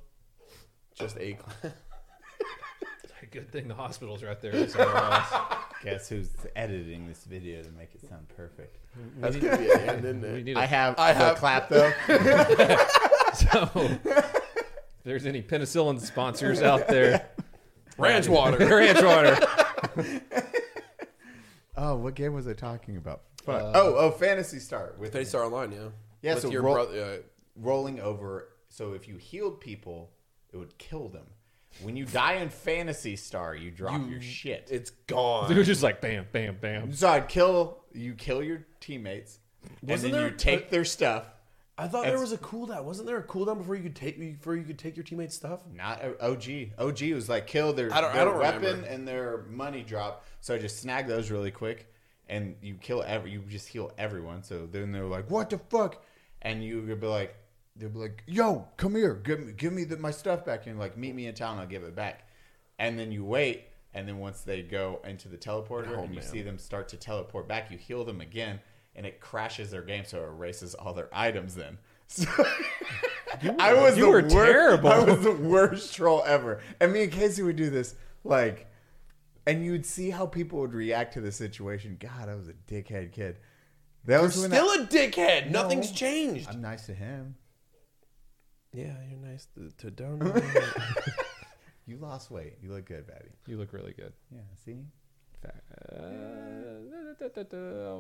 S2: Just a clap.
S3: Good thing the hospital's right there.
S1: Guess who's editing this video to make it sound perfect?
S2: That's gonna be an end, isn't
S3: we
S2: it?
S3: need
S1: I
S3: a
S1: have
S2: I
S1: the
S2: have-
S1: clap though.
S3: So, if there's any penicillin sponsors out there,
S2: Ranch water.
S3: ranch water.
S1: oh, what game was I talking about? fun. oh, oh, Fantasy Star with
S2: They Star Online, yeah.
S1: Yeah,
S2: With
S1: so
S2: your
S1: roll-
S2: brother. uh, Yeah.
S1: rolling over. So if you healed people, it would kill them. When you die in Fantasy Star, you drop your shit.
S2: It's gone.
S3: They were just like bam, bam, bam.
S1: so I'd kill you. Kill your teammates, and
S2: Wasn't
S1: then
S2: there-
S1: you take their stuff.
S2: I thought there was a cooldown. Wasn't there a cooldown before you could take before you could take your teammates' stuff?
S1: Not O- OG. OG was like kill their,
S2: I don't- I
S1: their
S2: don't
S1: weapon
S2: remember.
S1: and their money drop. So I just snag those really quick, and you kill every. You just heal everyone. So then they're like, "What the fuck?" And you would be like, "They'll be like, yo, come here, give me, give me the, my stuff back." And you're like, meet me in town, I'll give it back. And then you wait, and then once they go into the teleporter
S2: Oh,
S1: and you see them start to teleport back, you heal them again, and it crashes their game, so it erases all their items. Then. So I was
S3: you
S1: the
S3: were
S1: worst,
S3: terrible.
S1: I was the worst troll ever. And me and Casey would do this, like, and you'd see how people would react to the situation. God, I was a dickhead kid. That was when
S2: Still
S1: I,
S2: a dickhead. Nothing's changed.
S1: I'm nice to him.
S2: yeah, you're nice to, to Donald.
S1: You lost weight. You look good, Batty.
S3: You look really good.
S1: Yeah, see?
S3: Uh, da, da, da, da, uh,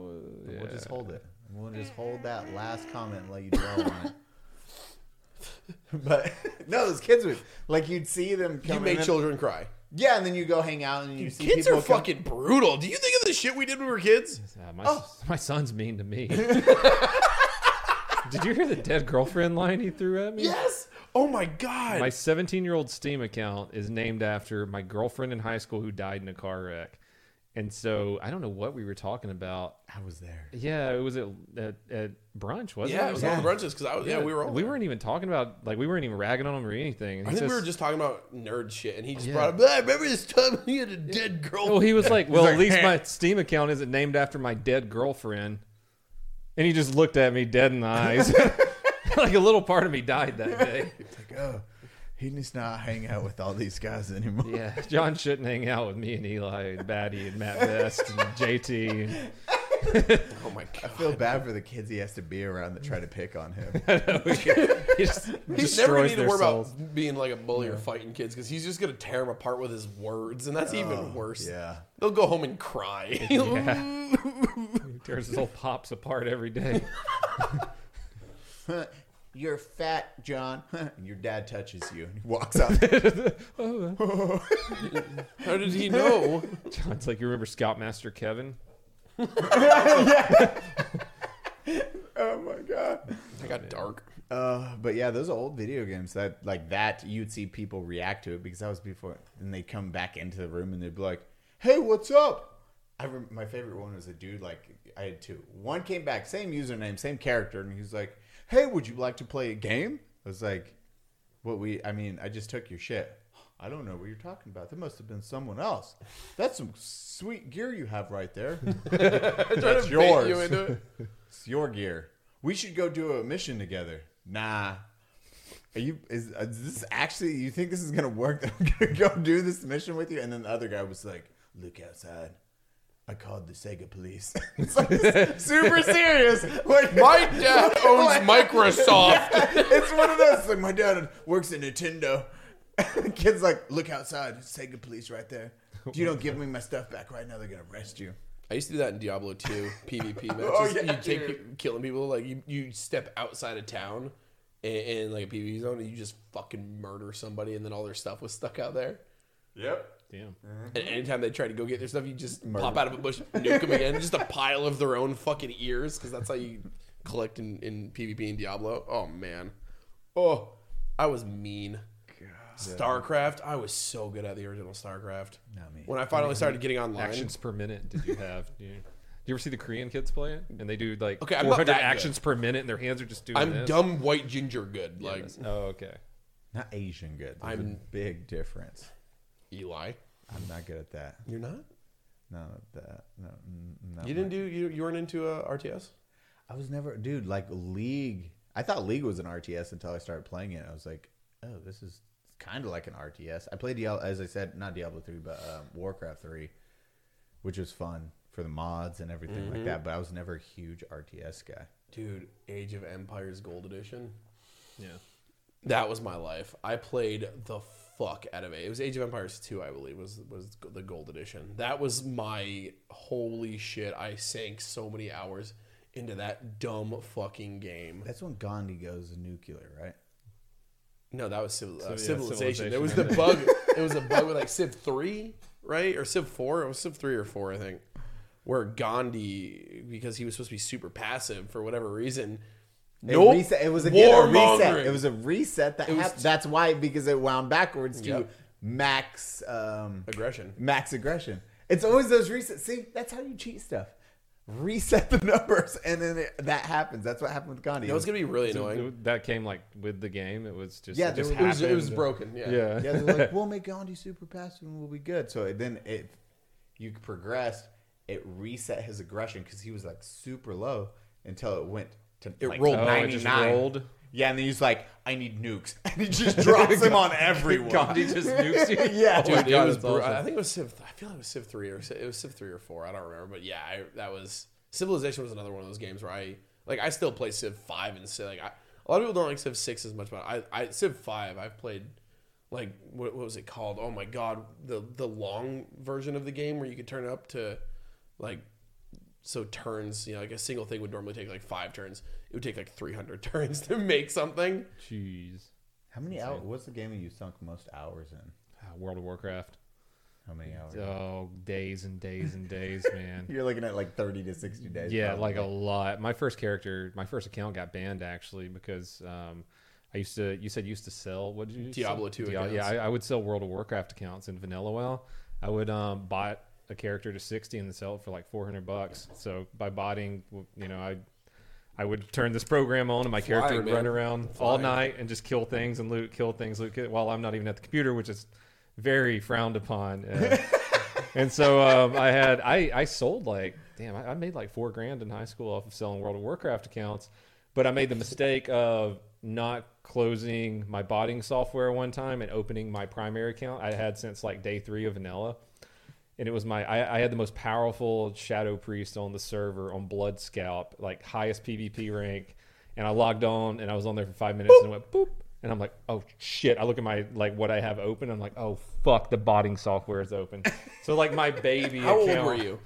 S1: We'll just hold it. We'll just hold that last comment and let you dwell on it. But no, those kids would like you'd see them
S2: you
S1: coming.
S2: made
S1: in-
S2: children cry.
S1: yeah, and then you go hang out and you see
S2: Kids
S1: people
S2: are
S1: come-
S2: fucking brutal. Do you think of the shit we did when we were kids?
S3: Ah, my, my son's mean to me. Did you hear the dead girlfriend line he threw at me?
S2: Yes. Oh my god.
S3: My 17 year old Steam account is named after my girlfriend in high school who died in a car wreck. And so I don't know what we were talking about.
S1: I was there.
S3: Yeah, it was at, at, at brunch, wasn't
S2: yeah,
S3: it?
S2: it was
S1: Yeah.
S2: all the brunches because I was. Yeah, we were. All
S3: We weren't even talking about like we weren't even ragging on him or anything. And
S2: I
S3: he
S2: think we
S3: says-
S2: were just talking about nerd shit, and he just
S3: Yeah.
S2: brought up. I remember this time he had a dead girl.
S3: Well, he was like, "Well,
S1: like,
S3: at least
S1: "Eh."
S3: my Steam account isn't named after my dead girlfriend." And he just looked at me dead in the eyes, like a little part of me died that day.
S1: Like, oh, he needs not hang out with all these guys anymore.
S3: Yeah, John shouldn't hang out with me and Eli and Batty and Matt Best and JT. And
S2: oh my god.
S1: I feel bad for the kids he has to be around that try to pick on him.
S3: he just
S2: He's never gonna
S3: destroys
S2: need to
S3: their
S2: worry
S3: souls.
S2: about being like a bully or fighting kids because he's just gonna tear them apart with his words, and that's even worse.
S1: yeah.
S2: they'll go home and cry.
S3: Yeah. he tears his whole pops apart every day.
S1: You're fat, John. Your dad touches you and he walks up.
S2: How did he know?
S3: John's like, you remember Scoutmaster Kevin?
S1: oh my god.
S2: I got dark.
S1: Uh, but yeah, those old video games that like that you'd see people react to it because that was before. And they come back into the room and they'd be like, "Hey, what's up?" I rem- my favorite one was a dude like I had two. One came back, same username, same character, and he was like, "Hey, would you like to play a game?" I was like, "What we? I mean, I just took your shit. I don't know what you're talking about. That must have been someone else. That's some sweet gear you have right there."
S2: I tried to
S1: That's
S2: bait you
S1: yours.
S2: into it.
S1: It's your gear. We should go do a mission together. Nah. Are you is, uh, is this actually you think this is gonna work that I'm gonna go do this mission with you? And then the other guy was like, Look outside. I called the Sega police. it's like super serious. Like
S2: My dad owns Microsoft.
S1: it's one of those like my dad works at Nintendo. the kid's like, look outside, Sega police right there. If you don't give me my stuff back right now, they're gonna arrest you.
S2: I used to do that in Diablo 2 PvP matches.
S1: Oh, yeah,
S2: you take
S1: dude.
S2: pe- killing people like you, you step outside of town in, in like a PvP zone and you just fucking murder somebody and then all their stuff was stuck out there.
S1: Yep.
S3: Damn.
S1: Uh-huh.
S2: And anytime they try to go get their stuff, you just pop out of a bush, nuke them again. Just a pile of their own fucking ears, because that's how you collect in, in PvP and Diablo. Oh, man. Oh, I was mean. StarCraft, I was so good at the original StarCraft.
S1: Not me.
S2: When I finally started getting online.
S3: Actions per minute did you have? Do you, do you ever see the Korean kids play it? And they do like
S2: Okay, I'm not
S3: 400
S2: that good.
S3: actions per minute and their hands are just doing
S2: I'm
S3: this.
S2: dumb white ginger good, like
S3: Yes. Oh, okay.
S1: Not Asian good. There's a
S2: I'm-
S1: big difference.
S2: Eli.
S1: I'm not good at that.
S2: You're not.
S1: Not at that. No, n- not
S2: You didn't do you. You weren't into uh, RTS.
S1: I was never, dude. Like League, I thought League was an RTS until I started playing it. I was like, oh, this is kind of like an RTS. I played Diablo, as I said, not Diablo three, but um, Warcraft three, which was fun for the mods and everything
S2: Mm-hmm.
S1: like that. But I was never a huge RTS guy.
S2: Dude, Age of Empires Gold Edition.
S3: Yeah.
S2: That was my life. I played the fuck out of it. It was Age of Empires 2, I believe, was was the gold edition. That was my holy shit. I sank so many hours into that dumb fucking game.
S1: That's when Gandhi goes nuclear, right?
S2: No, that was civil, uh,
S3: yeah,
S2: civilization.
S3: Civilization,
S2: There was
S3: I
S2: the bug. It was a bug with like Civ three, right, or Civ four. It was Civ three or four, I think, where Gandhi, because he was supposed to be super passive for whatever reason.
S1: It,
S2: Nope.
S1: reset, it was again a reset.
S2: Warmongering.
S1: It was a reset that
S2: It was-
S1: happened. That's why because it wound backwards to
S2: Yep.
S1: max um,
S2: aggression.
S1: max aggression. It's always those resets. See, that's how you cheat stuff. Reset the numbers, and then it, that happens. That's what happened with Gandhi.
S2: That was gonna be really
S3: So
S2: annoying.
S3: it- that came like with the game. It was just
S1: Yeah,
S3: it just
S1: there
S2: It was, it was
S3: happened.
S2: broken. Yeah.
S3: Yeah,
S1: yeah, they're like, we'll make Gandhi super passive and we'll be good. So it, then it, you progressed, it reset his aggression because he was like super low until it went to
S2: It
S1: like,
S2: rolled.
S3: Oh, it just
S1: 99.
S3: rolled.
S1: Yeah, and then he's like, I need nukes. And he just drops him on everyone.
S3: Gandhi just nukes you.
S1: yeah.
S2: Dude,
S3: Oh my God,
S2: it was.
S3: that's
S2: bru-
S3: awesome.
S2: I think it was Civ. I feel like it was Civ three or Civ, it was Civ three or four. I don't remember, but yeah, I, that was Civilization was another one of those games where I like. I still play Civ five and Civ. Like I, a lot of people don't like Civ six as much, but I, I Civ five I've played. Like what, what was it called? Oh my god, the the long version of the game where you could turn it up to like so turns. You know, like a single thing would normally take like five turns. It would take like three hundred turns to make something.
S3: Jeez.
S1: How many hours? What's the game that you sunk most hours in?
S3: Ah, World of Warcraft.
S1: How many hours?
S3: Oh, days and days and days, man.
S1: You're looking at like 30 to 60 days.
S3: Yeah,
S1: probably.
S3: like a lot. My first character, my first account got banned actually because um, I used to. You said you used to sell. What did you sell?
S2: Diablo 2
S3: Dia- Yeah,
S2: accounts.
S3: I, I would sell World of Warcraft accounts in Vanilla WoW. I would um, buy a character to sixty and then sell it for like four hundred bucks. So by botting, you know, I. I would turn this program on, and my character
S2: Flying,
S3: would run
S2: man.
S3: around all
S2: Flying.
S3: night and just kill things and loot, kill things, loot, kill, while I'm not even at the computer, which is very frowned upon. Uh, and so um, I had I, I sold like damn I, I made like four grand in high school off of selling World of Warcraft accounts, but I made the mistake of not closing my botting software one time and opening my primary account I had since like day three of vanilla, and it was my I, I had the most powerful shadow priest on the server on Blood Scalp like highest PvP rank, and I logged on and I was on there for five minutes and it went boop. And I'm like, oh shit! I look at my like what I have open. I'm like, oh fuck, the botting software is open. So like my baby.
S2: How old
S3: account-
S2: were you?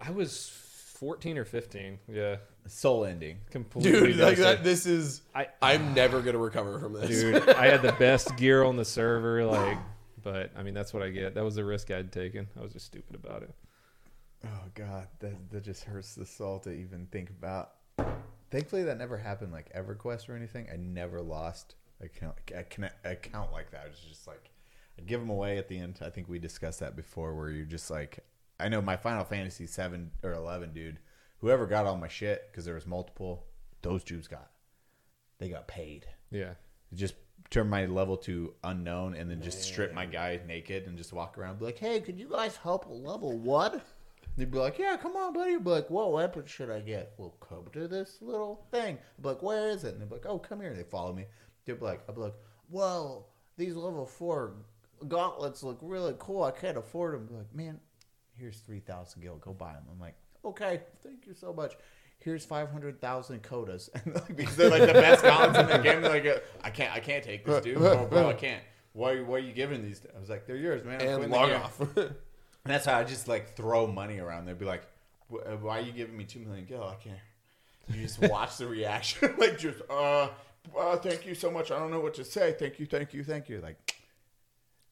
S3: I was 14 or 15. Yeah,
S1: soul ending.
S3: completely.
S2: Dude, like
S3: devastated.
S2: that. This is.
S3: I-
S2: I'm never gonna recover from this.
S3: Dude, I had the best gear on the server. Like, but I mean, that's what I get. That was the risk I'd taken. I was just stupid about it.
S1: Oh, God. That, that just hurts the soul to even think about. Thankfully, that never happened like EverQuest or anything. I never lost account, a conne- account like that. I was just like, I'd give them away at the end. I think we discussed that before where you're just like, I know my Final Fantasy 7 or 11 dude, whoever got all my shit, because there was multiple, those dudes got. They got paid.
S3: Yeah.
S1: just turn my level to unknown and then just strip my guy naked and just walk around and be like, hey, could you guys help a level one? They'd be like, yeah, come on, buddy. I'd be like, what weapon should I get? Well, come to this little thing. I'd be like, where is it? And they'd be like, oh, come here. They follow me. They'd be like, I'd be like, well, these level four gauntlets look really cool. I can't afford them. Be like, man, here's 3,000 gil. Go buy them. I'm like, okay, thank you so much. Here's 500,000 codas. And like, because they're like the best gauntlets in the game. They're like, I can't, I can't take this, dude. Bro, bro, I can't. Why, why are you giving these? to-" I was like, they're yours, man. I'm
S2: and
S1: quitting the
S2: log
S1: game."
S2: off.
S1: And that's how I just like throw money around. They'd be like, "Wh- uh, "Why are you giving me two million gil? I can't." You just watch the reaction, like just, uh, uh, thank you so much. I don't know what to say. Thank you, thank you, thank you. Like,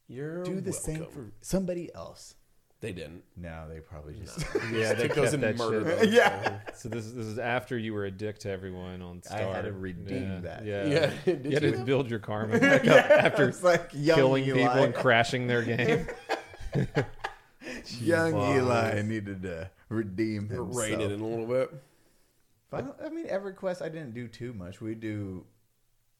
S2: You're
S1: do the same for
S2: welcome.
S1: somebody else.
S2: They didn't.
S1: No, they probably just.
S3: Yeah, they
S2: Took those
S3: kept
S2: and
S3: that
S2: murdered
S3: shit.
S2: them.
S1: yeah.
S3: So this is, this is after you were a dick to everyone on
S1: I
S3: Star.
S1: had to redeem
S3: yeah.
S1: that.
S3: Yeah.
S2: Yeah, did
S3: you had
S2: you?
S3: to build your karma back up after
S1: It's like young
S3: killing
S1: Eli.
S3: people and crashing their game.
S1: young
S3: Wow.
S1: Eli needed to redeem
S2: It
S1: himself.
S2: rained it in a little bit.
S1: Final, I mean, EverQuest. I didn't do too much. We do.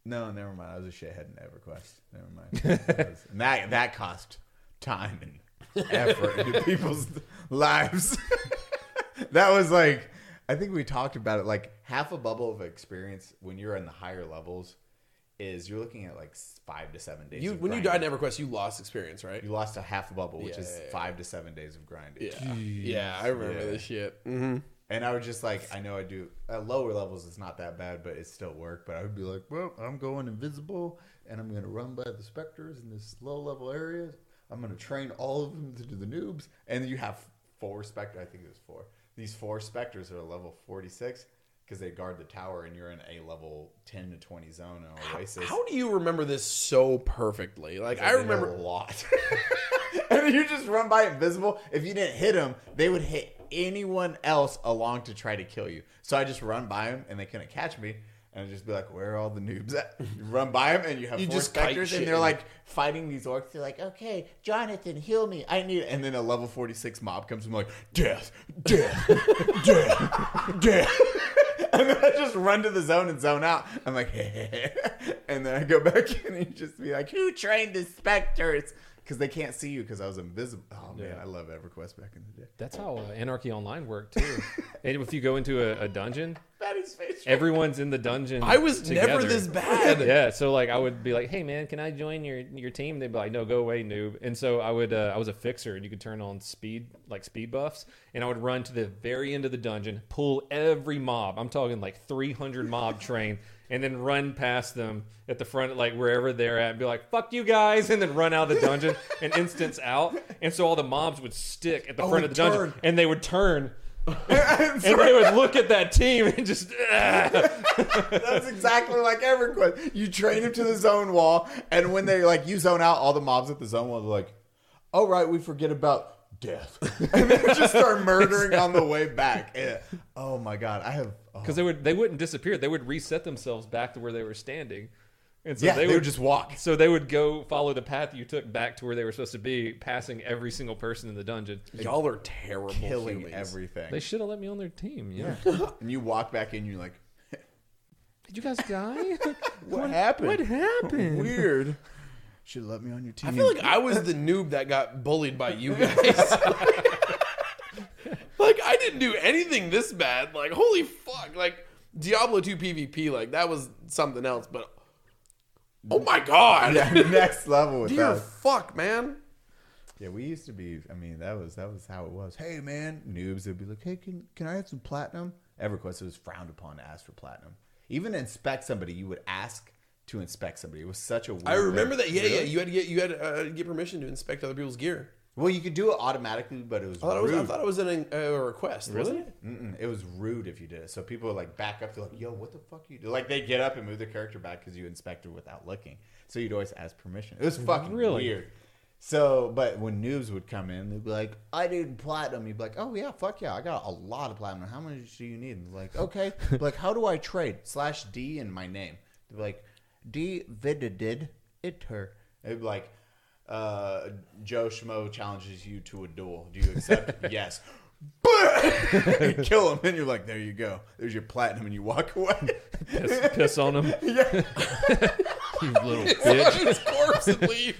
S1: No, never mind. I was a shithead in EverQuest. Never mind. and that that cost time and effort into people's lives. that was like, I think we talked about it. Like half a bubble of experience when you're in the higher levels is you're looking at like s- five to seven days.
S2: You
S1: of
S2: when you died
S1: grinding.
S2: in EverQuest, you lost experience, right?
S1: you lost a half a bubble, which
S2: Yeah,
S1: is
S2: yeah, yeah.
S1: five to seven days of grinding.
S2: Yeah, yeah, I remember
S1: Yeah.
S2: this shit. hmm
S1: And I was just like, I know I do at lower levels, it's not that bad, but it's still work. But I would be like, well, I'm going invisible, and I'm going to run by the specters in this low level areas. I'm going to train all of them to do the noobs. And you have four specters. I think there's four. These four specters are level 46 because they guard the tower, and you're in a level 10 to 20 zone in Oasis.
S2: How do you remember this so perfectly? Like I
S1: They know
S2: remember
S1: a lot. and you just run by invisible. If you didn't hit them, they would hit anyone else along to try to kill you. So I just run by them, and they couldn't catch me. And I'd just be like, "Where are all the noobs at?" You run by them, and you have
S2: You
S1: four
S2: just kite
S1: specters, and
S2: shit.
S1: they're like fighting these orcs. They're like, "Okay, Jonathan, heal me. I need." And then a level forty six mob comes and like, "Death, death, death, death." And then I just run to the zone and zone out. I'm like, and then I go back in and you just be like, who trained the specters? Because they can't see you because I was invisible. Oh man,
S3: Yeah.
S1: I love EverQuest back in the day.
S3: That's how uh, Anarchy Online worked too. and if you go into a, a dungeon,
S1: Fatty's face.
S3: everyone's in the dungeon.
S2: I was never
S3: together.
S2: this bad.
S3: Yeah, so like I would be like, "Hey man, can I join your your team?" They'd be like, "No, go away, noob." And so I would uh, I was a fixer, and you could turn on speed like speed buffs, and I would run to the very end of the dungeon, pull every mob. I'm talking like 300 mob train, and then run past them at the front, like wherever they're at, and be like, "Fuck you guys," and then run out of the dungeon and instance out. And so all the mobs would stick at the front of
S2: and
S3: the dungeon,
S2: turn.
S3: and they Oh, would turn. and they would look at that team and just "Ah."
S1: That's exactly like EverQuest. You train them to the zone wall, and when they like you zone out, all the mobs at the zone wall are like, "Oh right, we forget about death," and they just start murdering on the way back. Yeah. Oh my god, I have. oh.
S3: because they would they wouldn't disappear. They would reset themselves back to where they were standing, and so
S1: yeah,
S3: they, would just.
S1: walk.
S3: So they would go follow the path you took back to where they were supposed to be, passing every single person in the dungeon.
S2: Y'all are terrible
S1: Killing
S2: humans.
S1: everything.
S3: They should have let me on their team. Yeah.
S1: and you walk back in, you're like,
S3: Did you guys die?
S1: what, happened?
S3: what happened?
S1: Weird. Should let me on your team.
S2: I feel like I was the noob that got bullied by you guys. like I didn't do anything this bad. Like holy fuck. Like Diablo 2 PvP, like that was something else, but Oh my god.
S1: yeah, next level with
S2: Dear
S1: us.
S2: fuck, man.
S1: Yeah, we used to be. I mean, that was that was how it was. Hey, man, noobs would be like, hey, can can I have some platinum? EverQuest was frowned upon to ask for platinum. Even inspect somebody, you would ask to inspect somebody. It was such a weird.
S2: I remember
S1: thing.
S2: that. Yeah, yeah.
S1: Really?
S2: You had to get you had uh, to get permission to inspect other people's gear.
S1: Well, you could do it automatically, but it was
S2: I thought it Oh, was,
S1: rude.
S2: I thought it was an, uh, a request, wasn't it?
S1: Mm-mm, it was rude if you did it. So people would like back up. They're like, "Yo, what the fuck you do?" Like they get up and move their character back because you inspected without looking. So you'd always ask permission. It was fucking
S3: Really?
S1: weird. So, but when noobs would come in, they'd be like, "I need platinum." You'd be like, "Oh yeah, fuck yeah, I got a lot of platinum. How much do you need?" And they're like, "Okay." Be like, how do I trade? Slash D and my name. They'd be like, "D vidid it her." It'd be like, uh, "Joe Schmo challenges you to a duel. Do you accept?" yes. You kill him, and you're like, there you go. There's your platinum, and you walk away.
S3: piss, piss on them.
S1: yeah.
S3: You little
S2: Fuck
S3: bitch.
S2: his corpse and leave.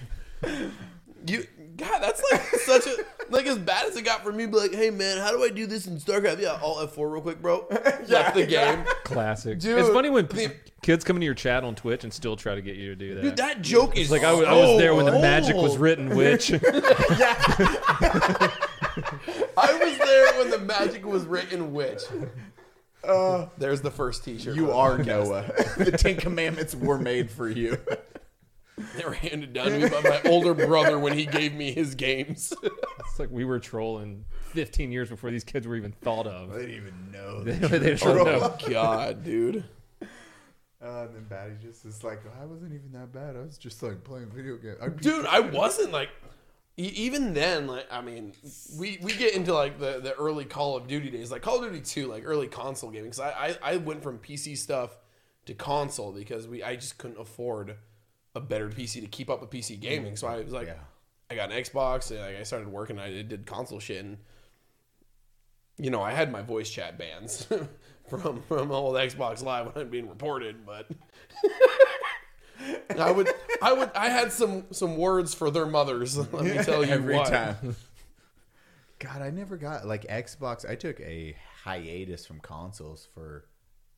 S2: You God, that's like such a like as bad as it got for me. Be like, hey man, how do I do this in StarCraft? Yeah, all F four real quick, bro. Left the game.
S3: Classic.
S2: Dude,
S3: it's funny when
S2: the-
S3: kids come into your chat on Twitch and still try to get you to do that. Oh,
S2: Dude, that joke is
S3: it's like I was, I was there when the
S2: so
S3: magic was
S2: old.
S3: written, which
S2: I was there when the magic was written. Which
S1: Uh,
S2: there's the first T-shirt.
S1: you
S2: for the
S1: are
S2: podcast.
S1: Noah. the Ten Commandments were made for you.
S2: They were handed down to me by my older brother when he gave me his games.
S3: it's like we were trolling 15 years before these kids were even thought
S1: I
S3: of.
S1: didn't even know.
S3: they
S1: That.
S3: don't
S1: Troll.
S3: know.
S2: God, dude.
S1: Uh, and then Batty just is like, I wasn't even that bad. I was just like playing video games. I
S2: dude i wasn't like e- even then like i mean we we get into like the the early call of duty days like call of duty 2 like early console gaming because I, I i went from pc stuff to console because we i just couldn't afford a better pc to keep up with pc gaming so i was like
S1: Yeah.
S2: i got an xbox and like, i started working i did console shit and you know i had my voice chat bans from from old xbox live when i'm being reported but I would, I would, I had some some words for their mothers. Let me tell you
S1: every
S2: what.
S1: time. God, I never got like Xbox. I took a hiatus from consoles for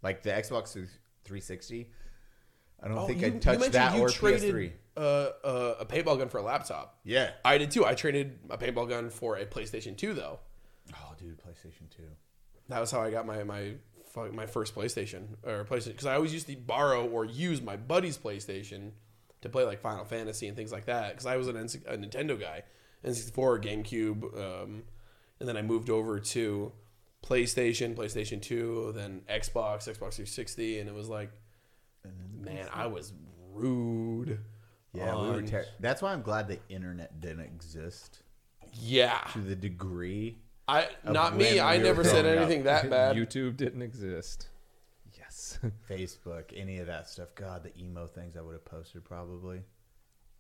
S1: like the Xbox 360. I don't
S2: Oh,
S1: think
S2: you-
S1: I
S2: you
S1: touched
S2: mentioned
S1: that
S2: you
S1: or
S2: traded,
S1: PS3.
S2: Uh, uh, a paintball gun for a laptop.
S1: Yeah.
S2: I did too. I traded a paintball gun for a PlayStation Two though.
S1: Oh, dude, PlayStation 2.
S2: That was how I got my my fu- my first PlayStation or PlayStation because I always used to borrow or use my buddy's PlayStation to play like Final Fantasy and things like that because I was an, N- a Nintendo guy, N64, GameCube, um, and then I moved over to PlayStation, PlayStation 2, then Xbox, Xbox 360, and it was like, man, I was rude. Uh,
S1: Yeah, we were
S2: on-
S1: ter- that's why I'm glad the internet didn't exist
S2: yeah.
S1: to the degree.
S2: I
S1: Of
S2: not me.
S1: when
S2: I
S1: we
S2: never
S1: were
S2: said
S1: growing up.
S2: anything that bad.
S3: YouTube didn't exist. Yes.
S1: Facebook, any of that stuff. God, the emo things I would have posted probably.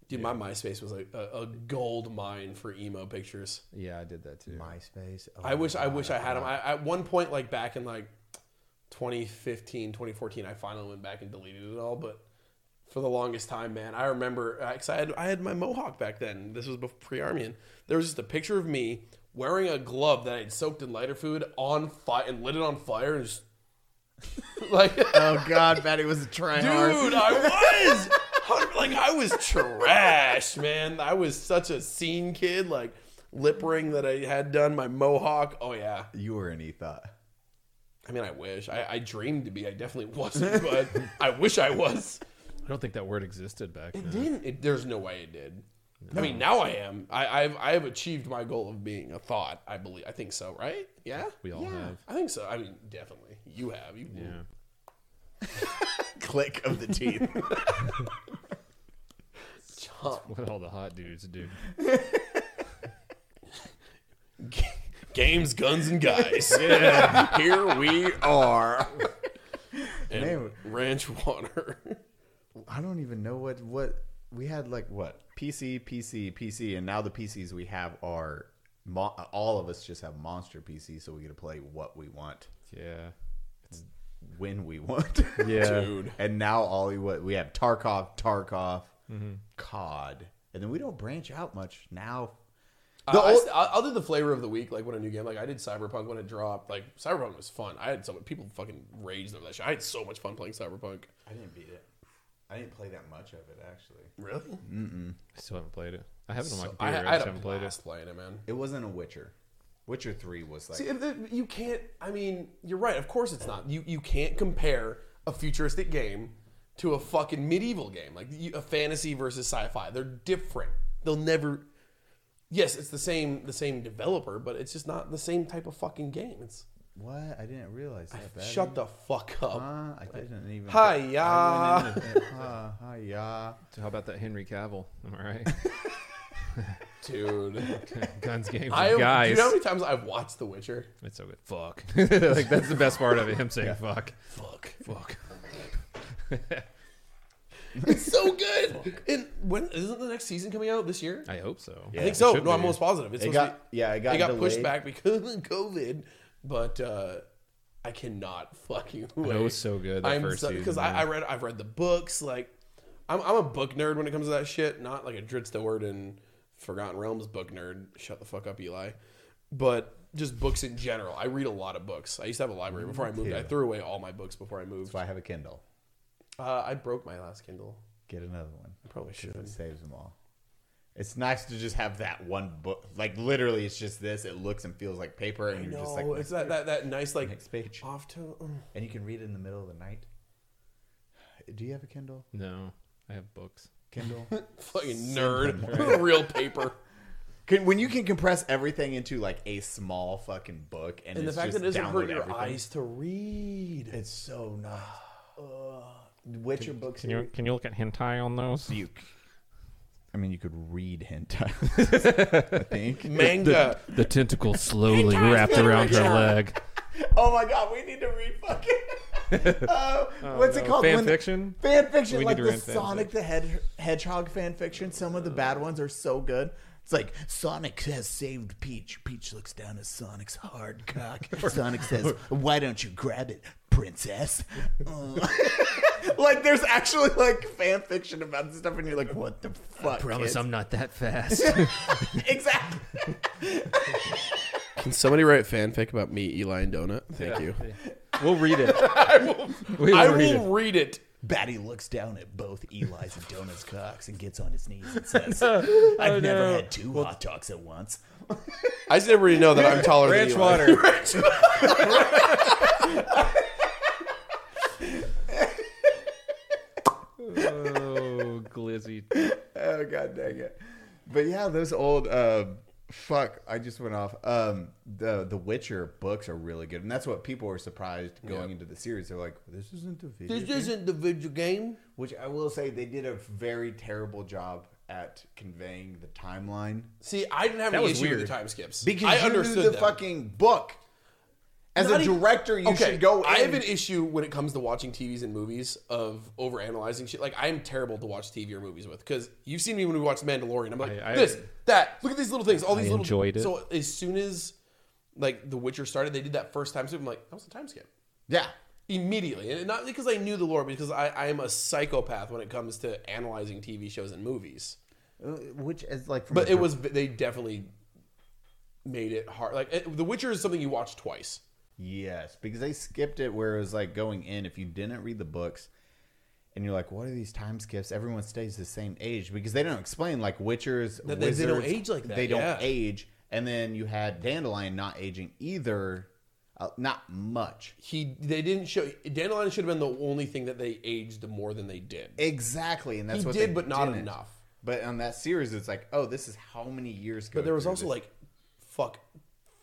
S2: Dude, my MySpace was like a, a gold mine for emo pictures.
S3: yeah, I did that too.
S1: MySpace. Oh
S2: I
S1: my
S2: wish I
S1: God,
S2: wish I had them. I, at one point, like back in like 2015, 2014, I finally went back and deleted it all. But for the longest time, man, I remember because I had I had my mohawk back then. This was pre Armian. There was just a picture of me wearing a glove that I had soaked in lighter fluid on fire and lit it on fire and just like
S1: Oh God, Maddie was a tryhard.
S2: Dude, I was Hundred- like I was trash, man. I was such a scene kid, like lip ring that I had done, my mohawk. Oh yeah.
S1: You were an ethot.
S2: I mean, I wish. I, I dreamed to be. I definitely wasn't, but I wish I was.
S3: I don't think that word existed back
S2: It
S3: then.
S2: didn't. It, there's no way it did. I mean, now I am. I, I've I have achieved my goal of being a thought. I believe. I think so. Right? Yeah.
S3: We all
S1: Yeah.
S3: have.
S2: I think so. I mean, definitely. You have. You.
S3: Yeah.
S1: Click of the teeth.
S2: Chomp.
S3: What all the hot dudes do.
S2: Games, guns, and guys. Here we
S1: or
S2: and
S1: Man.
S2: ranch water.
S1: I don't even know what what we had like what PC PC PC and now the PCs we have are mo- all of us just have monster PCs so we get to play what we want
S3: Yeah.
S1: when we want.
S3: Yeah.
S2: Dude.
S1: and now all we what we have Tarkov Tarkov COD and then we don't branch out much now.
S2: The I'll do uh, the flavor of the week, like when a new game, like I did Cyberpunk when it dropped. Like Cyberpunk was fun. I had so much, people fucking raged over that shit. I had so much fun playing Cyberpunk.
S1: I didn't beat it. I didn't play that much of it actually.
S2: Really?
S3: I still haven't played it. I have it on my
S2: So I,
S3: computer. I,
S2: I had
S3: just
S2: a
S3: haven't played it.
S2: blast playing it, man.
S1: It wasn't a Witcher. Witcher three was like
S2: See, if the- you can't. I mean, you're right. Of course, it's not. You you can't compare a futuristic game to a fucking medieval game, like you, a fantasy versus sci-fi. They're different. They'll never. Yes, it's the same the same developer, but it's just not the same type of fucking game. It's
S1: what I didn't realize that. Bad.
S2: shut the fuck up.
S1: Uh, I didn't even.
S2: Hiya.
S1: I went in and- uh, hiya.
S3: So how about that Henry Cavill? Am I right?
S2: Dude,
S3: Guns, games,
S2: I
S3: and
S2: do you
S3: guys.
S2: know how many times I've watched The Witcher?
S3: It's so good. Fuck. like that's the best part of it. Him saying fuck.
S2: Fuck,
S3: Fuck.
S2: it's so good. And when isn't the next season coming out this year?
S3: I hope so.
S1: Yeah.
S2: I think
S1: it
S2: so.
S3: should
S2: No, I'm
S3: be.
S2: almost positive. It's
S1: It
S2: supposed
S1: got
S2: to be,
S1: yeah. It got,
S2: it got pushed
S1: delayed.
S2: back because of COVID, but uh, I cannot fucking wait.
S3: was so good, that first season,
S2: because I,
S3: yeah.
S2: I read I've read the books. Like I'm, I'm a book nerd when it comes to that shit. Not like a Dritz Stewart and Forgotten Realms book nerd. Shut the fuck up, Eli. But just books in general. I read a lot of books. I used to have a library before I moved. I threw away all my books before I moved.
S1: So I have a Kindle.
S2: Uh, I broke my last Kindle.
S1: Get another one.
S2: I probably should.
S1: It saves them all. It's nice to just have that one book. Like literally, it's just this. It looks and feels like paper, and you're
S2: No,
S1: just like,
S2: it's that, that that nice like
S1: Next page.
S2: off to. um,
S1: and you can read it in the middle of the night. Do you have a Kindle?
S3: No, I have books.
S1: Kindle.
S2: Fucking nerd. Real paper.
S1: can, when you can compress everything into like a small fucking book, and,
S2: And the
S1: it's
S2: fact
S1: just
S2: that it doesn't
S1: download
S2: hurt your
S1: everything.
S2: eyes to read.
S1: It's so nice. Witcher books.
S3: Can you can you look at hentai on those?
S1: you c- I mean, you could read hentai. I think.
S2: Manga.
S3: The tentacle slowly wrapped around her leg.
S1: Oh my god, we need to read fucking. Uh, what's it
S3: no.
S1: called?
S3: Fan
S1: When-
S3: fiction?
S1: Fan fiction,
S3: We need
S1: like
S3: to
S1: the
S3: read fan Uh.
S1: Sonic the Hedge- Hedgehog fan fiction. Some of the bad ones are so good. It's like Sonic has saved Peach. Peach looks down at Sonic's hard cock. Sonic says, "Why don't you grab it, princess?" Uh. like, there's actually like fan fiction about this stuff, and you're like, "What the fuck?" kids?"
S3: not that fast.
S1: exactly.
S2: Can somebody write fanfic about me, Eli, and Donut? Thank you.
S3: we'll read it. We will
S2: I will
S3: read it.
S2: read it.
S1: Batty looks down at both Eli's and Donut's cocks and gets on his knees and says, I've never
S3: no.
S1: had two hot dogs at once.
S2: I just never really know that I'm taller
S3: Ranch
S2: than
S3: water. oh, glizzy
S1: no, those old uh, fuck. I just went off. Um, the The Witcher books are really good, and that's what people were surprised going into the series. They're like, "This isn't a video." game."
S2: isn't the video game.
S1: Which I will say, they did a very terrible job at conveying the timeline
S2: See, I didn't have
S3: That
S2: any
S3: was
S2: issue with
S3: weird.
S2: the time skips.
S1: because
S2: I
S1: you
S2: understood
S1: knew the
S2: them.
S1: fucking book. As
S2: Not
S1: a
S2: even-
S1: director, you should go.
S2: I have
S1: in-
S2: an issue when it comes to watching TVs and movies of overanalyzing shit. Like I am terrible to watch TV or movies with because you've seen me when we watched Mandalorian. I'm like
S3: I- I-
S2: this, that. Look at these little things. All these little.
S3: enjoyed it.
S2: So as soon as like The Witcher started, they did that first time skip. I'm like, that was a time skip
S1: yeah.
S2: immediately, and not because I knew the lore, because I, I am a psychopath when it comes to analyzing TV shows and movies.
S1: Uh, Which is like, from
S2: But
S1: a
S2: it was they definitely made it hard. Like it, The Witcher is something you watch twice.
S1: Yes, because they skipped it where it was like going in. If you didn't read the books, and you're like, "What are these time skips?" Everyone stays the same age because they don't explain like witchers.
S2: they- they don't
S1: wizards,
S2: age like that,
S1: They don't
S2: yeah.
S1: age, and then you had Dandelion not aging either, uh, not much.
S2: he they didn't show dandelion should have been the only thing that they aged more than they did
S1: Exactly, and that's
S2: He
S1: what
S2: did,
S1: they
S2: but not
S1: didn't.
S2: enough.
S1: But on that series, it's like, oh, this is how many years ago.
S2: but there was
S1: through
S2: also
S1: this.
S2: like fuck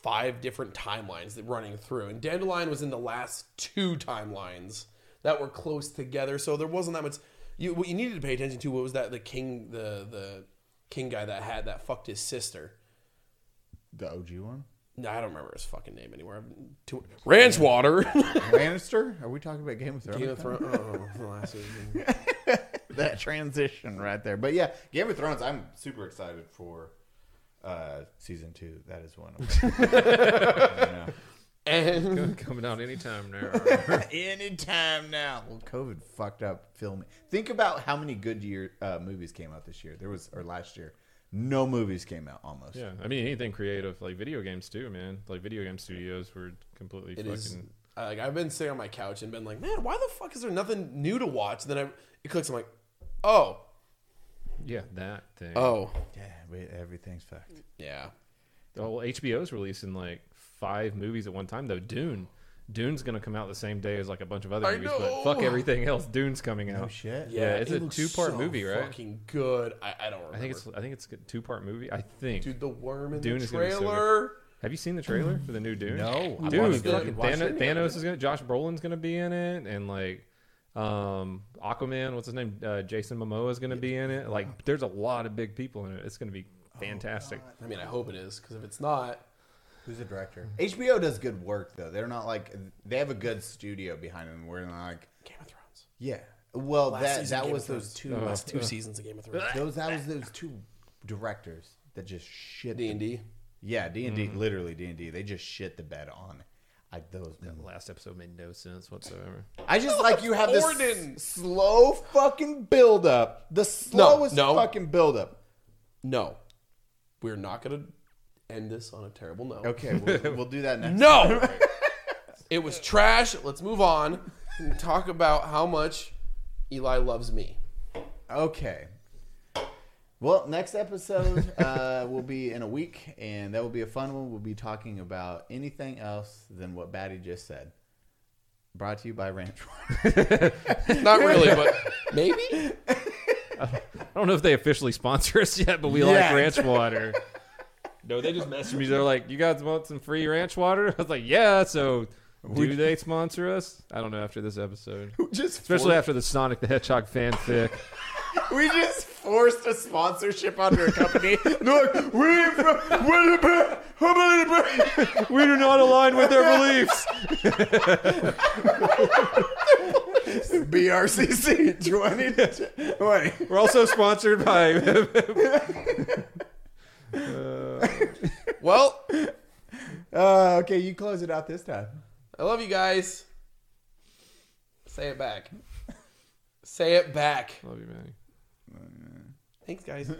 S2: five different timelines that running through and dandelion was in the last two timelines that were close together so there wasn't that much you what you needed to pay attention to what was that the king the the king guy that had that fucked his sister
S1: the OG one,
S2: no, I don't remember his fucking name anymore. I'm Too, Ranchwater.
S1: Lannister. Are we talking about Game of Thrones?
S2: Game of Thrones. Oh, the last season.
S1: that transition right there. But yeah, Game of Thrones, I'm super excited for uh season two. That is one of them.
S2: And
S3: Coming out anytime now.
S1: Anytime now. Well, COVID fucked up filming. Think about how many good year uh, movies came out this year. There was or last year. No movies came out almost.
S3: yeah, I mean anything creative, like video games too, man. Like video game studios were completely
S2: It
S3: fucking.
S2: is. I- Like I've been sitting on my couch and been like, man, why the fuck is there nothing new to watch? And then I it clicks. I'm like, oh,
S3: Yeah, that thing.
S2: oh,
S1: Yeah, we, everything's fucked.
S2: yeah.
S3: Well, HBO's releasing like five movies at one time though. Dune, Dune's gonna come out the same day as like a bunch of other
S2: I
S3: movies.
S2: know.
S3: But fuck everything else. Dune's coming out.
S1: Oh shit.
S3: Yeah, it's
S2: it
S3: a
S2: looks
S3: two-part movie, right?
S2: Fucking good. I, I don't remember.
S3: I think it's I think it's a two part movie. I think.
S2: dude. The worm in
S3: Dune
S2: the
S3: is gonna be so good.
S2: trailer.
S3: Have you seen the trailer for the new Dune?
S1: No, I
S3: dude.
S1: watched it.
S3: fucking
S1: Watched
S3: Thano-
S1: it.
S3: Thanos is gonna. Josh Brolin's gonna be in it, and like, um, Aquaman. What's his name? Uh, Jason Momoa is gonna be in it. Like, there's a lot of big people in it. It's gonna be fantastic.
S2: I mean, I hope it is because if it's not,
S1: Who's the director? HBO does good work though. They're not like they have a good studio behind them. We're not like
S2: Game of Thrones.
S1: yeah. Well,
S2: Last
S1: that
S2: season
S1: that
S2: Game
S1: was
S2: of
S1: those
S2: Thrones.
S1: two
S2: Last two seasons of Game of Thrones.
S1: Those that was those two directors that just shit.
S2: D
S1: the-
S2: and D.
S1: yeah, D and D,
S2: Mm-hmm.
S1: literally D and D. They just shit the bed on. I those.
S3: The last episode made no sense whatsoever.
S1: I just like you have this
S2: Orden.
S1: s- slow fucking build up. The slowest
S2: no.
S1: fucking build up.
S2: No, we're not gonna end this on a terrible note.
S1: Okay, we'll, we'll do that next.
S2: No, it was trash. Let's move on and talk about how much Eli loves me.
S1: Okay. Well, next episode uh, will be in a week, and that will be a fun one. We'll be talking about anything else than what Batty just said. Brought to you by Ranch.
S2: Not really, but maybe.
S3: I don't know if they officially sponsor us yet, but we
S1: Yes.
S3: like ranch water. No, they just messaged me. They're like, "You guys want some free ranch water?" I was like, "Yeah." So, do they sponsor us? I don't know after this episode,
S1: just
S3: especially after the Sonic the Hedgehog fanfic.
S1: We just forced a sponsorship onto a company. Look, we from Winnipeg, Winnipeg.
S3: we do not align with their beliefs.
S1: BRCC 2020.
S3: We're also sponsored by.
S2: Well,
S1: Uh, okay, you close it out this time.
S2: I love you guys. Say it back. Say it back.
S3: Love you, man.
S2: Thanks, guys.